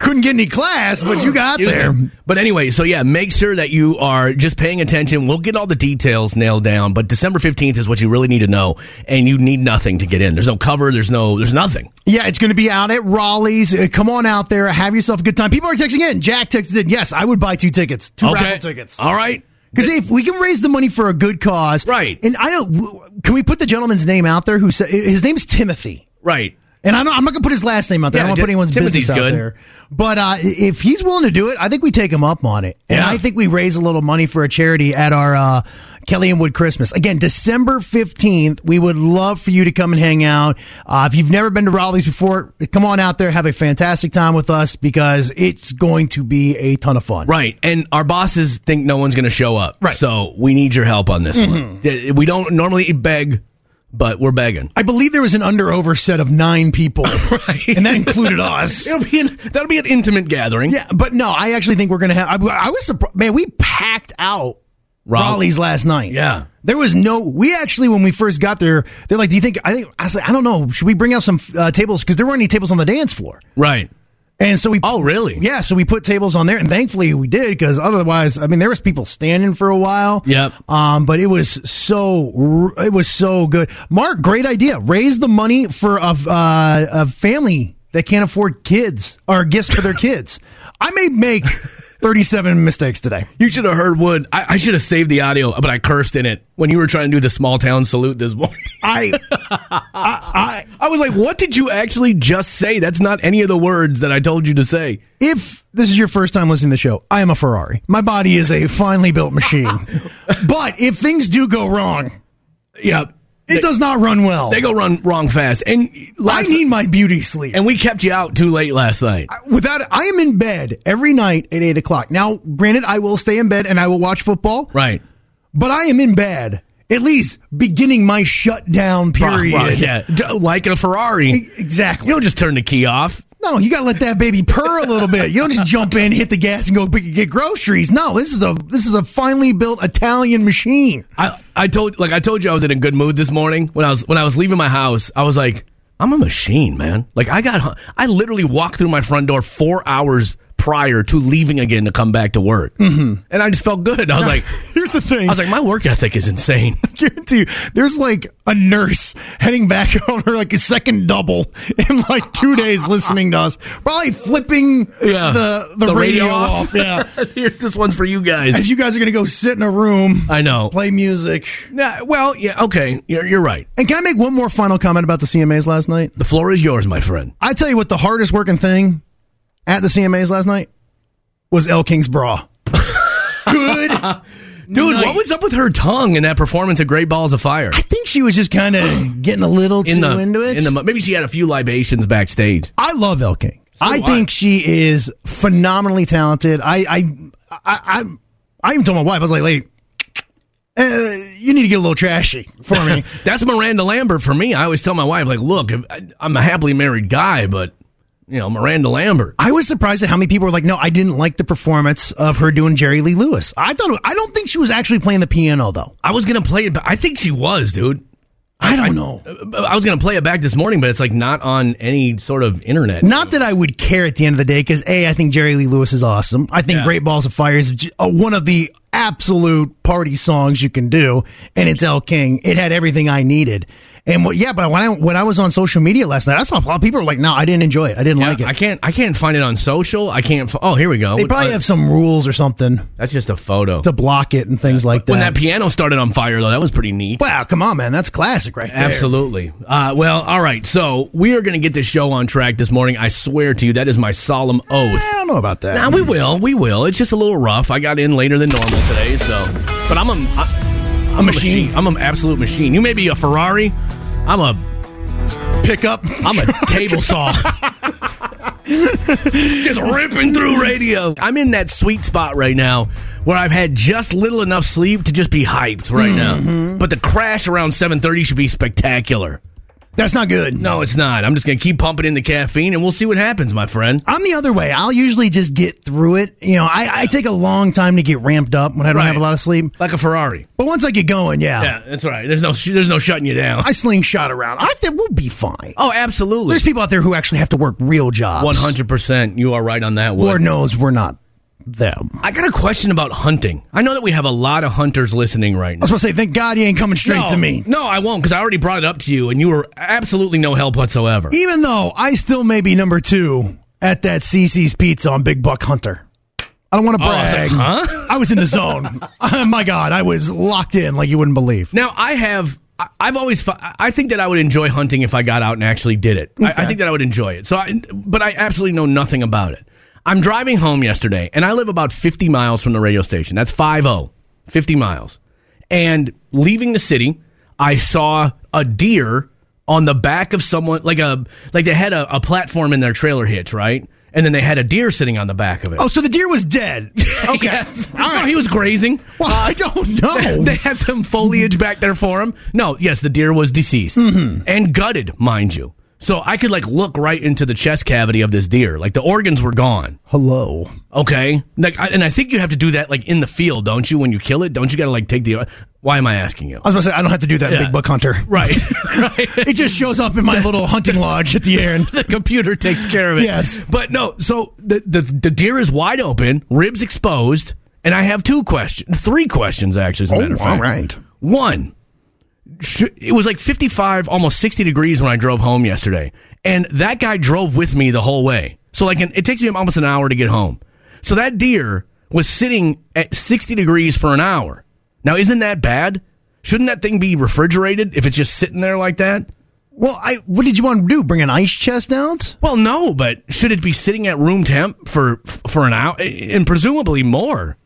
Speaker 2: couldn't get any class, but you got
Speaker 1: Excuse
Speaker 2: there.
Speaker 1: me. But anyway, so yeah, make sure that you are just paying attention. We'll get all the details nailed down, but December 15th is what you really need to know and you need nothing to get in. There's no cover, there's no there's nothing.
Speaker 2: Yeah, it's going to be out at Raleigh's. Uh, come on out there, have yourself a good time. People are texting in. Jack texted in. Yes, I would buy two tickets, two raffle tickets.
Speaker 1: All right.
Speaker 2: Because if we can raise the money for a good cause,
Speaker 1: Right.
Speaker 2: And I don't. w- Can we put the gentleman's name out there? Who said his name's Timothy?
Speaker 1: Right.
Speaker 2: And I don't, I'm not going to put his last name out there.
Speaker 1: Yeah,
Speaker 2: I don't want to
Speaker 1: Ti-
Speaker 2: put anyone's
Speaker 1: Timothy's
Speaker 2: business
Speaker 1: good.
Speaker 2: out there. But uh, if he's willing to do it, I think we take him up on it, and
Speaker 1: Yeah.
Speaker 2: I think we raise a little money for a charity at our uh, Kelly and Wood Christmas again, December fifteenth. We would love for you to come and hang out. Uh, if you've never been to Raleigh's before, come on out there, have a fantastic time with us because it's going to be a ton of fun.
Speaker 1: Right. And our bosses think no one's going to show up.
Speaker 2: Right.
Speaker 1: So we need your help on this one. Yeah, We don't normally beg, but we're begging.
Speaker 2: I believe there was an under over set of nine people, and that included us.
Speaker 1: It'll be an, that'll be an intimate gathering.
Speaker 2: yeah, but no, I actually think we're gonna have. I, I was surprised, man. We packed out
Speaker 1: Raleigh.
Speaker 2: Raleigh's last night.
Speaker 1: Yeah.
Speaker 2: there was no. We actually, when we first got there, they're like, "Do you think?" I think I was like, "I don't know. Should we bring out some uh, tables? Because there weren't any tables on the dance floor."
Speaker 1: Right.
Speaker 2: And so we.
Speaker 1: Oh, really?
Speaker 2: Yeah, so we put tables on there, and thankfully we did because otherwise, I mean, there was people standing for a while.
Speaker 1: Yep.
Speaker 2: Um, but it was so r- it was so good. Mark, great idea. Raise the money for a, uh, a family that can't afford kids or gifts for their kids. I may make thirty seven mistakes today.
Speaker 1: You should have heard Wood. I, I should have saved the audio, but I cursed in it when you were trying to do the small town salute this morning.
Speaker 2: I, I, I
Speaker 1: I was like, what did you actually just say? That's not any of the words that I told you to say.
Speaker 2: if this is your first time listening to the show, I am a Ferrari. My body is a finely built machine. but if things do go wrong,
Speaker 1: Yeah.
Speaker 2: it does not run well.
Speaker 1: They go run wrong fast. And
Speaker 2: I
Speaker 1: last,
Speaker 2: need my beauty sleep.
Speaker 1: and we kept you out too late last night.
Speaker 2: without I am in bed every night at eight o'clock. Now, granted, I will stay in bed and I will watch football,
Speaker 1: Right.
Speaker 2: but I am in bed at least beginning my shutdown period.
Speaker 1: Right, Yeah. D- Like a
Speaker 2: E-
Speaker 1: Ferrari.
Speaker 2: Exactly.
Speaker 1: You don't just turn the key off.
Speaker 2: no, you got to let that baby purr a little bit. You don't just jump in, hit the gas, and go pick- get groceries. No, this is a this is a finely built Italian machine.
Speaker 1: I, I told like I told you I was in a good mood this morning when I was when I was leaving my house. I was like, I'm a machine, man. Like I got I literally walked through my front door four hours prior to leaving again to come back to work, mm-hmm. and I just felt good. I was like,
Speaker 2: Here's here's the thing.
Speaker 1: I was like, my work ethic is insane.
Speaker 2: guarantee you, there's like a nurse heading back on her like a second double in like two days listening to us, probably flipping
Speaker 1: Yeah.
Speaker 2: the, the radio, off. Yeah.
Speaker 1: Here's this one's for you guys.
Speaker 2: As you guys are going to go sit in a room,
Speaker 1: I know.
Speaker 2: play music.
Speaker 1: Nah, well, yeah, okay. You're, you're right.
Speaker 2: And can I make one more final comment about the CMAs last night?
Speaker 1: The floor is yours, my friend.
Speaker 2: I tell you what, the hardest working thing at the CMAs last night was El King's bra. Good.
Speaker 1: Dude,
Speaker 2: night.
Speaker 1: what was up with her tongue in that performance of Great Balls of Fire?
Speaker 2: I think she was just kind of getting a little too
Speaker 1: In the,
Speaker 2: into it.
Speaker 1: In the, mu- maybe she had a few libations backstage.
Speaker 2: I love El King. I
Speaker 1: do I.
Speaker 2: think she is phenomenally talented. I I I I, I even told my wife I was like, "Lady, uh, you need to get a little trashy for me."
Speaker 1: That's Miranda Lambert for me. I always tell my wife, like, look, if- I- I'm a happily married guy, but, you know, Miranda Lambert.
Speaker 2: I was surprised at how many people were like, "No, I didn't like the performance of her doing Jerry Lee Lewis." I thought I don't think she was actually playing the piano though.
Speaker 1: I was going to play it, but I think she was, dude.
Speaker 2: I don't know.
Speaker 1: I was going to play it back this morning, but it's like not on any sort of internet.
Speaker 2: Not that I would care at the end of the day, because a, I think Jerry Lee Lewis is awesome. I think Great Balls of Fire is j- uh, one of the absolute party songs you can do, and it's El King. It had everything I needed. And what, yeah, but when I when I was on social media last night, I saw a lot of people were like, "No, I didn't enjoy it. I didn't like it."
Speaker 1: I can't. I can't find it on social. I can't. fi- Oh, here we go.
Speaker 2: they probably
Speaker 1: Uh,
Speaker 2: have some rules or something
Speaker 1: That's just a photo.
Speaker 2: to block it and things like that.
Speaker 1: when that piano started on fire, though, that was pretty neat.
Speaker 2: wow, come on, man, that's classic right there.
Speaker 1: Absolutely. Uh, well, all right. So we are going to get this show on track this morning. I swear to you, that is my solemn oath.
Speaker 2: I don't know about that.
Speaker 1: Now we will. We will. It's just a little rough. I got in later than normal today, so. But I'm a. I, I'm a machine. I'm an absolute machine. You may be a Ferrari. I'm a.
Speaker 2: Pick up.
Speaker 1: I'm a table saw. just ripping through radio. I'm in that sweet spot right now where I've had just little enough sleep to just be hyped right now. But the crash around 7:30 should be spectacular.
Speaker 2: that's not good.
Speaker 1: No, it's not. I'm just going to keep pumping in the caffeine and we'll see what happens, my friend.
Speaker 2: I'm the other way. I'll usually just get through it. You know, I, I take a long time to get ramped up when I don't
Speaker 1: Right.
Speaker 2: have a lot of sleep.
Speaker 1: Like a Ferrari.
Speaker 2: But once I get going, yeah,
Speaker 1: Yeah, that's right. There's no sh- there's no shutting you down.
Speaker 2: I slingshot around. I think we'll be fine.
Speaker 1: Oh, absolutely.
Speaker 2: There's people out there who actually have to work real jobs.
Speaker 1: 100%. You are right on that one.
Speaker 2: Lord knows we're not them. I
Speaker 1: I got a question about hunting. I know that we have a lot of hunters listening right now.
Speaker 2: was supposed to say, thank God you ain't coming straight
Speaker 1: no,
Speaker 2: to me.
Speaker 1: No, I won't because I already brought it up to you, and you were absolutely no help whatsoever.
Speaker 2: Even though I still may be number two at that CC's Pizza on Big Buck Hunter. I don't want to
Speaker 1: Oh, I was
Speaker 2: brag.
Speaker 1: like, huh?
Speaker 2: I was in the zone. oh my God, I was locked in like you wouldn't believe.
Speaker 1: Now I have. I- I've always. fi- I think that I would enjoy hunting if I got out and actually did it. I, I think that I would enjoy it. So, I, but I absolutely know nothing about it. I'm driving home yesterday, and I live about 50 miles from the radio station. That's 50, 50 miles. And leaving the city, I saw a deer on the back of someone, like a like they had a, a platform in their trailer hitch, right? And then they had a deer sitting on the back of it.
Speaker 2: Oh, so the deer was dead. Okay.
Speaker 1: Yes. No, he was grazing.
Speaker 2: Well, I don't know.
Speaker 1: they had some foliage back there for him. No, yes, the deer was deceased and gutted, mind you. So I could like look right into the chest cavity of this deer. Like the organs were gone.
Speaker 2: Hello.
Speaker 1: Okay, like, I, and I think you have to do that like in the field, don't you? When you kill it, don't you got to like take the? Why am I asking you?
Speaker 2: I was about to say, I don't have to do that in
Speaker 1: Yeah.
Speaker 2: Big Buck Hunter.
Speaker 1: Right, right.
Speaker 2: It just shows up in my little hunting lodge at the end.
Speaker 1: the computer takes care of it.
Speaker 2: Yes.
Speaker 1: But no, so the, the the deer is wide open, ribs exposed, and I have two questions, three questions actually. As a
Speaker 2: Oh,
Speaker 1: matter of
Speaker 2: all
Speaker 1: fact.
Speaker 2: right.
Speaker 1: One, sh- it was like 55, almost 60 degrees when I drove home yesterday. And that guy drove with me the whole way. So, like, an, it takes him almost an hour to get home. So, that deer was sitting at 60 degrees for an hour. Now, isn't that bad? Shouldn't that thing be refrigerated if it's just sitting there like that?
Speaker 2: Well, I what did you want to do? Bring an ice chest out?
Speaker 1: Well, no, but should it be sitting at room temp for for an hour and presumably more?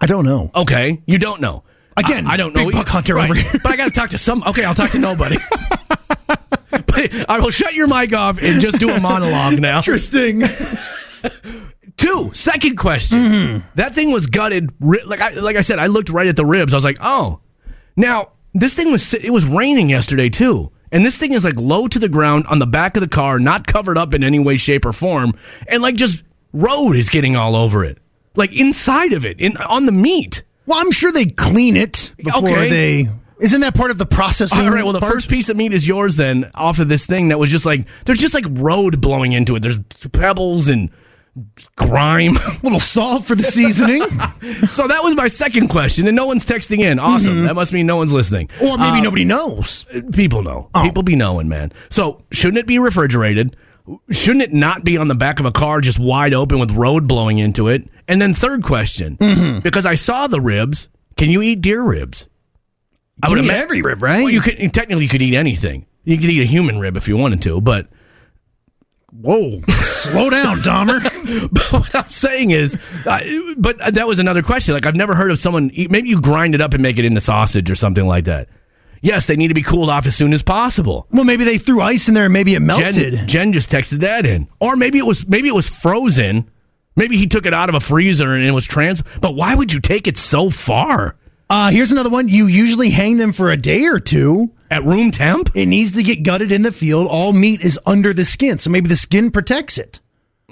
Speaker 2: I don't know.
Speaker 1: Okay, you don't know.
Speaker 2: Again,
Speaker 1: I, I don't know.
Speaker 2: big buck hunter
Speaker 1: Right,
Speaker 2: over here.
Speaker 1: But I got to talk to some. Okay, I'll talk to nobody. but I will shut your mic off and just do a monologue now.
Speaker 2: Interesting.
Speaker 1: Two, second question. That thing was gutted. ri- Like I, like I said, I looked right at the ribs. I was like, oh. Now this thing was. si- It was raining yesterday too, and this thing is like low to the ground on the back of the car, not covered up in any way, shape, or form, and like just road is getting all over it, like inside of it, in on the meat.
Speaker 2: well, I'm sure they clean it before
Speaker 1: Okay.
Speaker 2: they. Isn't that part of the processing?
Speaker 1: All right. Well, the
Speaker 2: part?
Speaker 1: first piece of meat is yours then, off of this thing that was just like there's just like road blowing into it. There's pebbles and grime.
Speaker 2: little salt for the seasoning,
Speaker 1: so that was my second question, and no one's texting in. Awesome. That must mean no one's listening.
Speaker 2: or maybe
Speaker 1: Um,
Speaker 2: nobody knows.
Speaker 1: People know. People be knowing, man. So shouldn't it be refrigerated? Shouldn't it not be on the back of a car just wide open with road blowing into it? And then third question, because I saw the ribs. Can you eat deer ribs? I
Speaker 2: You eat
Speaker 1: imma-
Speaker 2: every rib, right?
Speaker 1: Well, you could technically you could eat anything. You could eat a human rib if you wanted to, but
Speaker 2: Whoa, slow down, Dahmer.
Speaker 1: But what I'm saying is, I, but that was another question. Like I've never heard of someone. eat- Maybe you grind it up and make it into sausage or something like that. Yes, they need to be cooled off as soon as possible.
Speaker 2: Well, maybe they threw ice in there and maybe it melted.
Speaker 1: Jen, Jen just texted that in, or maybe it was maybe it was frozen. Maybe he took it out of a freezer and it was trans. But why would you take it so far
Speaker 2: Uh, here's another one. You usually hang them for a day or two.
Speaker 1: at room temp?
Speaker 2: It needs to get gutted in the field. All meat is under the skin, so maybe the skin protects it.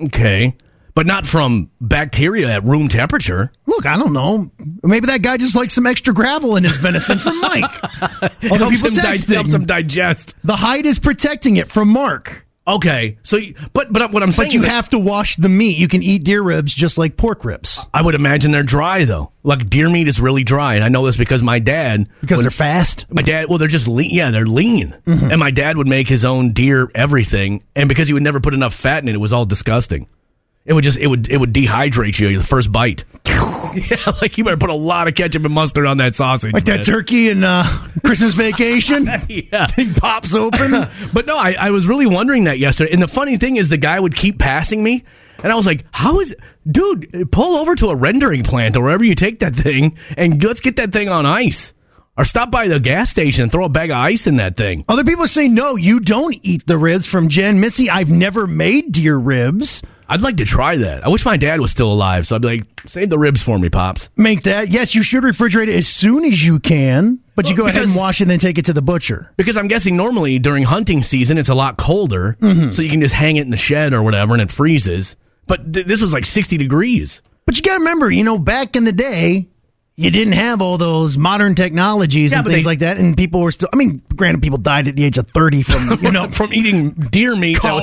Speaker 1: Okay, but not from bacteria at room temperature.
Speaker 2: Look, I don't know. Maybe that guy just likes some extra gravel in his venison from Mike. Other
Speaker 1: Helps
Speaker 2: people
Speaker 1: him, di- helps him
Speaker 2: texting.
Speaker 1: digest.
Speaker 2: the hide is protecting it from Mark.
Speaker 1: Okay, so you- but but what I'm saying
Speaker 2: But you
Speaker 1: is that-
Speaker 2: have to wash the meat. You can eat deer ribs just like pork ribs
Speaker 1: I would imagine they're dry though. Like deer meat is really dry, and I know this because my dad,
Speaker 2: because Mm-hmm. they're fast.
Speaker 1: my dad, well, they're just lean. Yeah, they're lean. And my dad would make his own deer everything, and because he would never put enough fat in it, it was all disgusting. It would just it would it would dehydrate you the first bite. yeah, like you better put a lot of ketchup and mustard on that sausage.
Speaker 2: Like that
Speaker 1: man.
Speaker 2: turkey in uh, Christmas vacation.
Speaker 1: Yeah.
Speaker 2: It pops open.
Speaker 1: But no, I, I was really wondering that yesterday. And the funny thing is, the guy would keep passing me, and I was like, "How is, dude? Pull over to a rendering plant or wherever you take that thing, and let's get that thing on ice, or stop by the gas station and throw a bag of ice in that thing."
Speaker 2: Other people say, no, you don't eat the ribs from Jen Missy. I've never made deer ribs.
Speaker 1: I'd like to try that. I wish my dad was still alive, so I'd be like, "Save the ribs for me, pops."
Speaker 2: Make that. Yes, you should refrigerate it as soon as you can, but you go ahead and
Speaker 1: because-
Speaker 2: wash it and then take it to the butcher.
Speaker 1: Because I'm guessing normally during hunting season it's a lot colder, so you can just hang it in the shed or whatever, and it freezes. But th- this was like 60 degrees.
Speaker 2: But you got to remember, you know, back in the day, you didn't have all those modern technologies
Speaker 1: Yeah,
Speaker 2: and
Speaker 1: but
Speaker 2: things
Speaker 1: they-
Speaker 2: like that. And people were still, I mean, granted, people died at the age of 30 from, you know,
Speaker 1: from eating deer meat that was-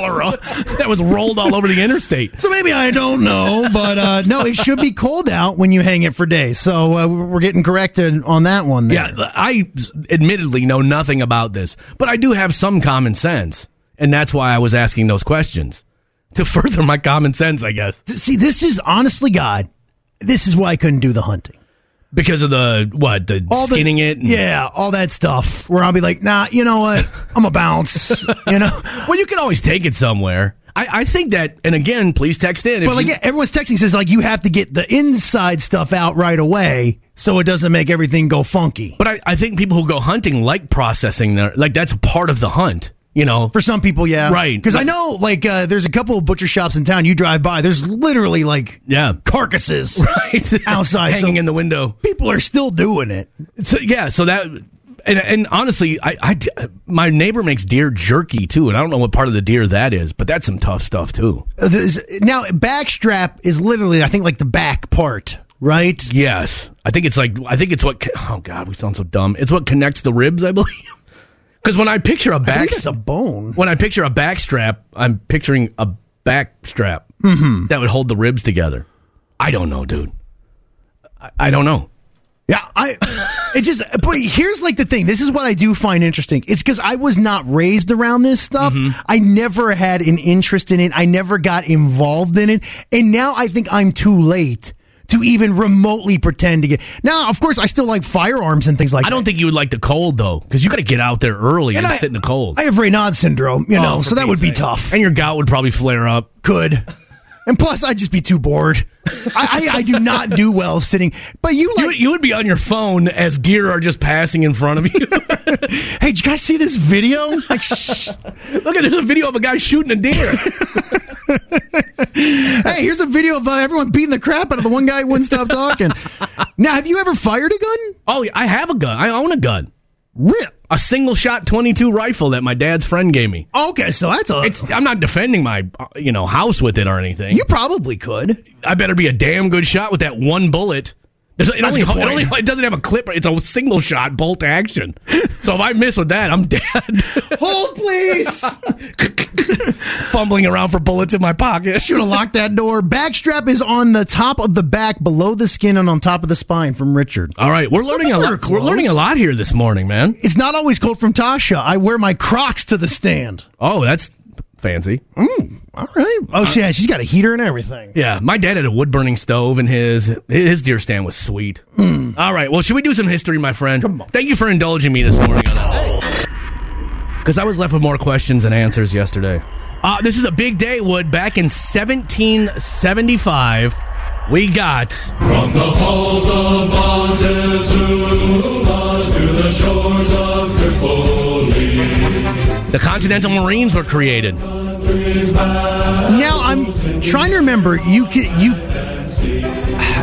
Speaker 2: Cholera.
Speaker 1: that was rolled all over the interstate.
Speaker 2: So maybe I don't know, but uh, no, it should be cold out when you hang it for days. So uh, we're getting corrected on that one. There.
Speaker 1: Yeah, I admittedly know nothing about this, but I do have some common sense, and that's why I was asking those questions to further my common sense, I guess,
Speaker 2: See, this is honestly, God, this is why I couldn't do the hunting.
Speaker 1: because of the what the
Speaker 2: the-
Speaker 1: skinning it. and-
Speaker 2: yeah, all that stuff. Where I'll be like, nah, you know what? I'm a bounce. you know,
Speaker 1: Well, you can always take it somewhere. I, I think that, and again, please text in. If
Speaker 2: but like,
Speaker 1: you-
Speaker 2: yeah, everyone's texting says like you have to get the inside stuff out right away so it doesn't make everything go funky.
Speaker 1: But I, I think people who go hunting like processing their like that's part of the hunt. You know,
Speaker 2: For some people, yeah,
Speaker 1: Right.
Speaker 2: Because I know like uh, there's a couple of butcher shops in town. You drive by, there's literally like
Speaker 1: yeah,
Speaker 2: carcasses.
Speaker 1: right
Speaker 2: Outside, so-
Speaker 1: hanging in the window.
Speaker 2: People are still doing it.
Speaker 1: So yeah, so that and and honestly, I, I my neighbor makes deer jerky too, and I don't know what part of the deer that is, but that's some tough stuff too.
Speaker 2: Uh, there's- Now, backstrap is literally, I think, like the back part, right?
Speaker 1: Yes, I think it's like I think it's what. co- Oh God, we sound so dumb. It's what connects the ribs, I believe. Because when I picture a
Speaker 2: I
Speaker 1: back,
Speaker 2: think it's a bone.
Speaker 1: when I picture a back strap, I'm picturing a back strap
Speaker 2: Mm-hmm.
Speaker 1: that would hold the ribs together. I don't know, dude. I, I don't know.
Speaker 2: Yeah, I. It's just, but here's like the thing. This is what I do find interesting. It's because I was not raised around this stuff.
Speaker 1: Mm-hmm.
Speaker 2: I never had an interest in it. I never got involved in it, and now I think I'm too late to even remotely pretend to get. Now, of course, I still like firearms and things like.
Speaker 1: I
Speaker 2: that.
Speaker 1: don't think you would like the cold though, because you got to get out there early and,
Speaker 2: I-
Speaker 1: sit in the cold.
Speaker 2: I have Raynaud's syndrome, you know,
Speaker 1: Oh, for
Speaker 2: so that would be
Speaker 1: Pete's sake.
Speaker 2: tough.
Speaker 1: and your gout would probably flare up.
Speaker 2: could. And plus, I'd just be too bored. I, I, I do not do well sitting. But you
Speaker 1: You,
Speaker 2: like,
Speaker 1: you would be on your phone as deer are just passing in front of you.
Speaker 2: hey, did you guys see this video? Like, shh.
Speaker 1: Look at it, a video of a guy shooting a deer.
Speaker 2: hey, here's a video of uh, everyone beating the crap out of the one guy who wouldn't stop talking. now, have you ever fired a gun?
Speaker 1: oh, yeah, I have a gun. I own a gun.
Speaker 2: Rip.
Speaker 1: A single shot 22 rifle that my dad's friend gave me.
Speaker 2: Okay, so that's a.
Speaker 1: It's, I'm not defending my, uh, you know, house with it or anything.
Speaker 2: you probably could.
Speaker 1: I better be a damn good shot with that one bullet There's- It,
Speaker 9: That's
Speaker 1: only,
Speaker 9: a good
Speaker 1: it, only-
Speaker 9: point.
Speaker 1: it doesn't have a clip. It's a single shot bolt action. So if I miss with that, I'm dead.
Speaker 2: Hold, please.
Speaker 1: Fumbling around for bullets in my pocket.
Speaker 2: Should have locked that door. Backstrap is on the top of the back, below the skin, and on top of the spine from Richard.
Speaker 1: All right, we're learning a
Speaker 2: Somewhere
Speaker 1: lot. We're
Speaker 2: close.
Speaker 1: learning a lot here this morning, man.
Speaker 2: It's not always cold from Tasha. I wear my Crocs to the stand.
Speaker 1: Oh, that's fancy.
Speaker 2: All right. Oh, yeah, she's got a heater and everything.
Speaker 1: Yeah, my dad had a wood burning stove, and his his deer stand was sweet. All right, well, should we do some history, my friend? Hmm. Come on. Thank you for indulging me this morning on that. Because I was left with more questions and answers yesterday. Uh, this is a big day, Wood. Back in 1775, we got. the Continental Marines were created.
Speaker 2: Now I'm trying to remember. You can, you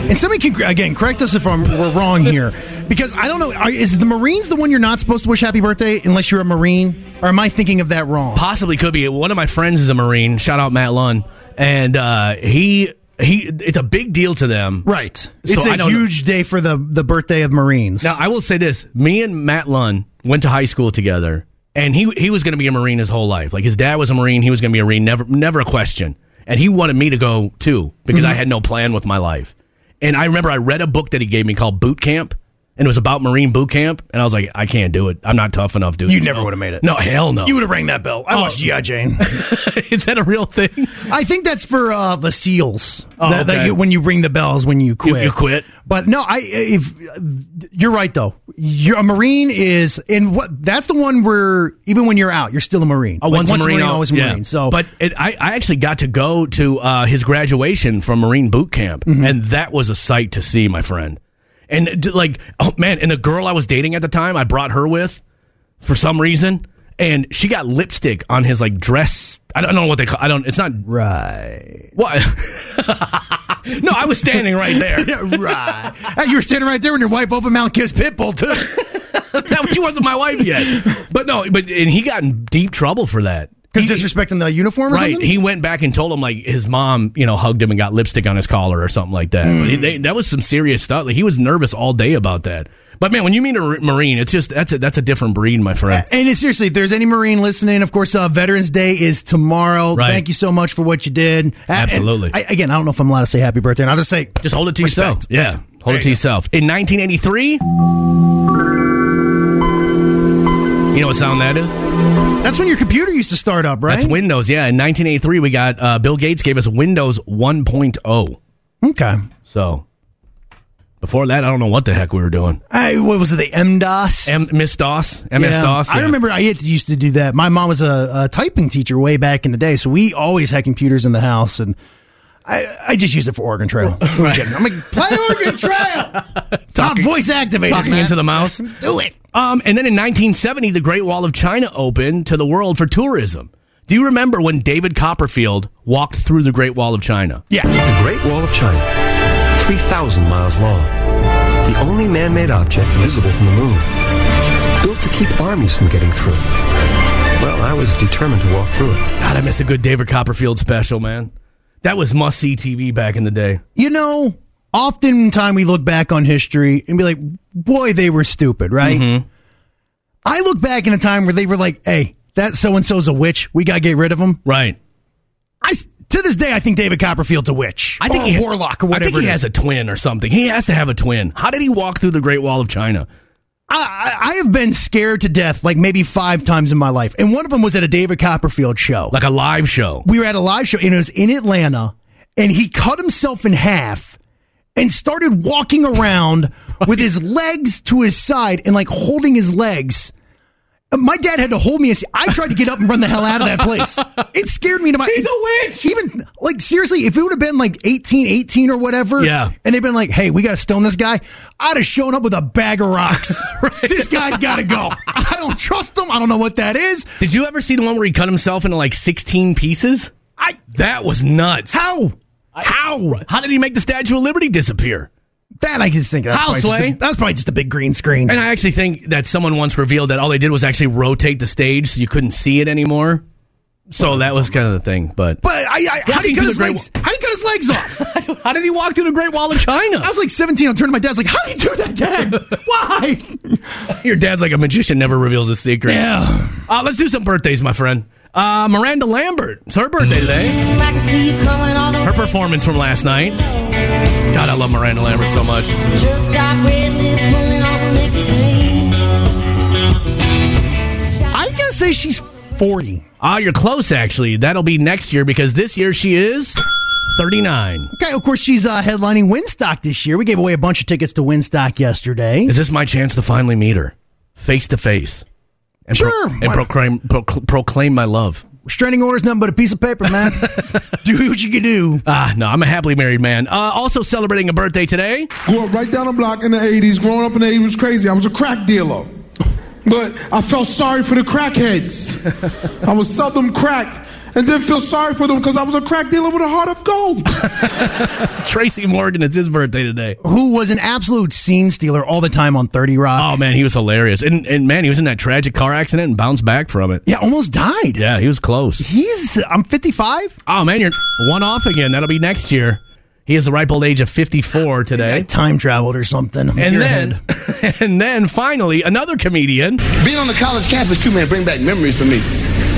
Speaker 2: and somebody can again correct us if I'm, we're wrong here because I don't know. are- Is the Marines the one you're not supposed to wish happy birthday unless you're a Marine? Or am I thinking of that wrong?
Speaker 1: possibly could be. One of my friends is a Marine. Shout out Matt Lunn, and uh, he he. It's a big deal to them.
Speaker 2: Right.
Speaker 1: So
Speaker 2: It's
Speaker 1: I
Speaker 2: a
Speaker 1: don't know.
Speaker 2: huge day for the the birthday of Marines.
Speaker 1: Now I will say this: me and Matt Lunn went to high school together, and he he was going to be a Marine his whole life. Like his dad was a Marine, he was going to be a Marine. Never never a question. And he wanted me to go too because
Speaker 2: Mm-hmm.
Speaker 1: I had no plan with my life. And I remember I read a book that he gave me called Boot Camp. And it was about Marine boot camp, and I was like, I can't do it. I'm not tough enough, dude.
Speaker 2: You never would've made it.
Speaker 1: No, hell no.
Speaker 2: you would have rang that bell. I watched GI Jane.
Speaker 1: Is that a real thing?
Speaker 2: I think that's for uh, the seals.
Speaker 1: Oh,
Speaker 2: that, that
Speaker 1: okay.
Speaker 2: you, when you ring the bells, when you quit,
Speaker 1: you quit.
Speaker 2: But no, I if you're right though, you're, a marine is and what that's the one where even when you're out, you're still Oh, a marine.
Speaker 1: A
Speaker 2: Like,
Speaker 1: once, Oh, a marine, al-
Speaker 2: always a
Speaker 1: yeah.
Speaker 2: marine. So,
Speaker 1: but it, I, I actually got to go to uh, his graduation from Marine boot camp,
Speaker 2: Mm-hmm.
Speaker 1: and that was a sight to see, my friend. And d- like, oh man, and the girl I was dating at the time, I brought her with for some reason, and she got lipstick on his like dress. I don't know what they call. I don't. It's not
Speaker 2: right,
Speaker 1: what. no, I was standing right there.
Speaker 2: right. Hey, you were standing right there when your wife opened mouth kissed Pitbull too.
Speaker 1: That- she wasn't my wife yet, but no, but and he got in deep trouble for that.
Speaker 2: Because disrespecting the uniform or
Speaker 1: Right.
Speaker 2: something?
Speaker 1: He went back and told him like his mom, you know, hugged him and got lipstick on his collar or something like that.
Speaker 2: Hmm.
Speaker 1: But it, they, that was some serious stuff. Like he was nervous all day about that. But man, when you meet a r- marine, it's just that's a that's a different breed, my friend.
Speaker 2: And it's- seriously, if there's any Marine listening, of course, uh, Veterans Day is tomorrow.
Speaker 1: Right.
Speaker 2: Thank you so much for what you did. And-
Speaker 1: Absolutely.
Speaker 2: I, again, I don't know if I'm allowed to say happy birthday, and I'll just say
Speaker 1: Just hold it to yourself.
Speaker 2: Respect.
Speaker 1: Yeah, hold it to yourself. In 1983, you know what sound that is?
Speaker 2: that's when your computer used to start up, right?
Speaker 1: That's Windows. Yeah, in 1983, we got uh, Bill Gates gave us Windows 1.0.
Speaker 2: okay.
Speaker 1: So before that, I don't know what the heck we were doing.
Speaker 2: I, what was it? The MDOS.
Speaker 1: M- Miss DOS, MS
Speaker 2: Yeah.
Speaker 1: DOS.
Speaker 2: I
Speaker 1: yeah.
Speaker 2: remember I had to- used to do that. My mom was a, a typing teacher way back in the day, so we always had computers in the house, and I, I just used it for Oregon Trail. I'm like, play Oregon Trail. Top voice activated.
Speaker 1: talking
Speaker 2: man.
Speaker 1: into the mouse.
Speaker 2: Do it.
Speaker 1: Um, and then in 1970, the Great Wall of China opened to the world for tourism. Do you remember when David Copperfield walked through the Great Wall of China?
Speaker 2: Yeah.
Speaker 6: The Great Wall of China, 3,000 miles long, the only man made object visible from the moon, built to keep armies from getting through. Well, I was determined to walk through it.
Speaker 1: God, I miss a good David Copperfield special, man. That was must see TV back in the day.
Speaker 2: You know, oftentimes we look back on history and be like, boy, they were stupid, right?
Speaker 1: Mm-hmm.
Speaker 2: I look back in a time where they were like, hey, that so and so's a witch. We got to get rid of him.
Speaker 1: Right.
Speaker 2: I s- to this day I think David Copperfield's a witch.
Speaker 1: I think
Speaker 2: or a
Speaker 1: he
Speaker 2: warlock or
Speaker 1: I
Speaker 2: whatever.
Speaker 1: think he
Speaker 2: it is.
Speaker 1: has a twin or something. He has to have a twin. How did he walk through the Great Wall of China?
Speaker 2: I, I I have been scared to death like maybe five times in my life, and one of them was at a David Copperfield show.
Speaker 1: Like a live show.
Speaker 2: we were at a live show, and it was in Atlanta, and he cut himself in half and started walking around with his legs to his side and like holding his legs. And My dad had to hold me. as- I tried to get up and run the hell out of that place. It scared me to my. He's
Speaker 1: a witch!
Speaker 2: Even like seriously, if it would have been like 18, 18 or whatever,
Speaker 1: Yeah.
Speaker 2: and they've been like, "Hey, we got to stone this guy," I'd have shown up with a bag of rocks. This guy's got to go. I don't trust him. I don't know what that is.
Speaker 1: Did you ever see the one where he cut himself into like 16 pieces?
Speaker 2: I
Speaker 1: That was nuts.
Speaker 2: how
Speaker 1: How? How did he make the Statue of Liberty disappear?
Speaker 2: That I just think that's
Speaker 1: How,
Speaker 2: probably just, a,
Speaker 1: Sway?
Speaker 2: that's probably just a big green screen.
Speaker 1: And I actually think that someone once revealed that all they did was actually rotate the stage so you couldn't see it anymore. So that was kind of the thing. But
Speaker 2: But I, I how do
Speaker 1: Walking
Speaker 2: you cut
Speaker 1: through
Speaker 2: his
Speaker 1: the Great
Speaker 2: legs? How do you cut his legs off? I
Speaker 1: how did he walk through the Great Wall of China?
Speaker 2: was like 17. I turned to my dad's like, "How do you do that, Dad? Why?"
Speaker 1: Your dad's like a magician, never reveals his secret.
Speaker 2: Yeah.
Speaker 1: Uh, let's do some birthdays, my friend. Uh, Miranda Lambert. It's her birthday today. Her performance from last night. God, I love Miranda Lambert so much.
Speaker 2: I gotta say she's 40.
Speaker 1: Ah, you're close, actually. That'll be next year because this year she is 39.
Speaker 2: Okay, of course she's uh, headlining Winstock this year. We gave away a bunch of tickets to Winstock yesterday.
Speaker 1: Is this my chance to finally meet her face to face? And
Speaker 2: Sure.
Speaker 1: and proclaim, proc- proclaim my love.
Speaker 2: Restraining order's nothing but a piece of paper, man. do what you can do.
Speaker 1: Ah, no, I'm a happily married man. Uh, also celebrating a birthday today.
Speaker 6: Grew up right down the block in the 80s. Growing up in the 80s was crazy. I was a crack dealer. But I felt sorry for the crackheads. I would sell them crack and then feel sorry for them because I was a crack dealer with a heart of gold.
Speaker 1: Tracy Morgan, it's his birthday today.
Speaker 2: Who was an absolute scene stealer all the time on 30 Rock.
Speaker 1: Oh man, he was hilarious. And and man, he was in that tragic car accident and bounced back from it.
Speaker 2: yeah, almost died.
Speaker 1: Yeah, he was close.
Speaker 2: He's I'm 55.
Speaker 1: Oh man, you're one off again. That'll be next year. He is the ripe old age of 54
Speaker 2: I
Speaker 1: today.
Speaker 2: time traveled or something. I'm
Speaker 1: And
Speaker 2: your
Speaker 1: then
Speaker 2: head.
Speaker 1: and then finally another comedian.
Speaker 10: Being on the college campus too, man, bring back memories for me.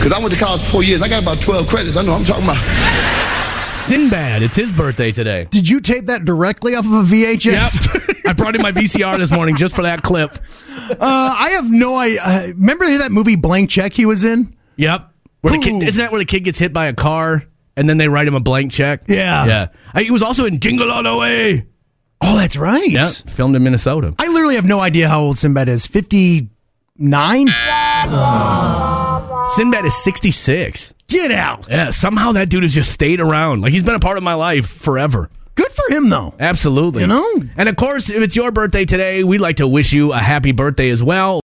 Speaker 10: Cause I went to college four years. I got about 12 credits. I know what I'm talking about.
Speaker 1: Sinbad, it's his birthday today.
Speaker 2: Did you tape that directly off of a VHS?
Speaker 1: I brought in my VCR this morning just for that clip.
Speaker 2: Uh, I have no idea. Uh, remember that movie Blank Check he was in?
Speaker 1: Yep. Where the kid,
Speaker 2: Ooh.
Speaker 1: isn't that where the kid gets hit by a car and then they write him a blank check?
Speaker 2: Yeah.
Speaker 1: Yeah. I, he was also in Jingle All the Way.
Speaker 2: Oh, that's right.
Speaker 1: Yeah. Filmed in Minnesota.
Speaker 2: I literally have no idea how old Sinbad is. 59?
Speaker 1: Sinbad is 66.
Speaker 2: Get out.
Speaker 1: Yeah, somehow that dude has just stayed around. Like he's been a part of my life forever.
Speaker 2: Good for him, though.
Speaker 1: Absolutely.
Speaker 2: You know?
Speaker 1: And of course, if it's your birthday today, we'd like to wish you a happy birthday as well.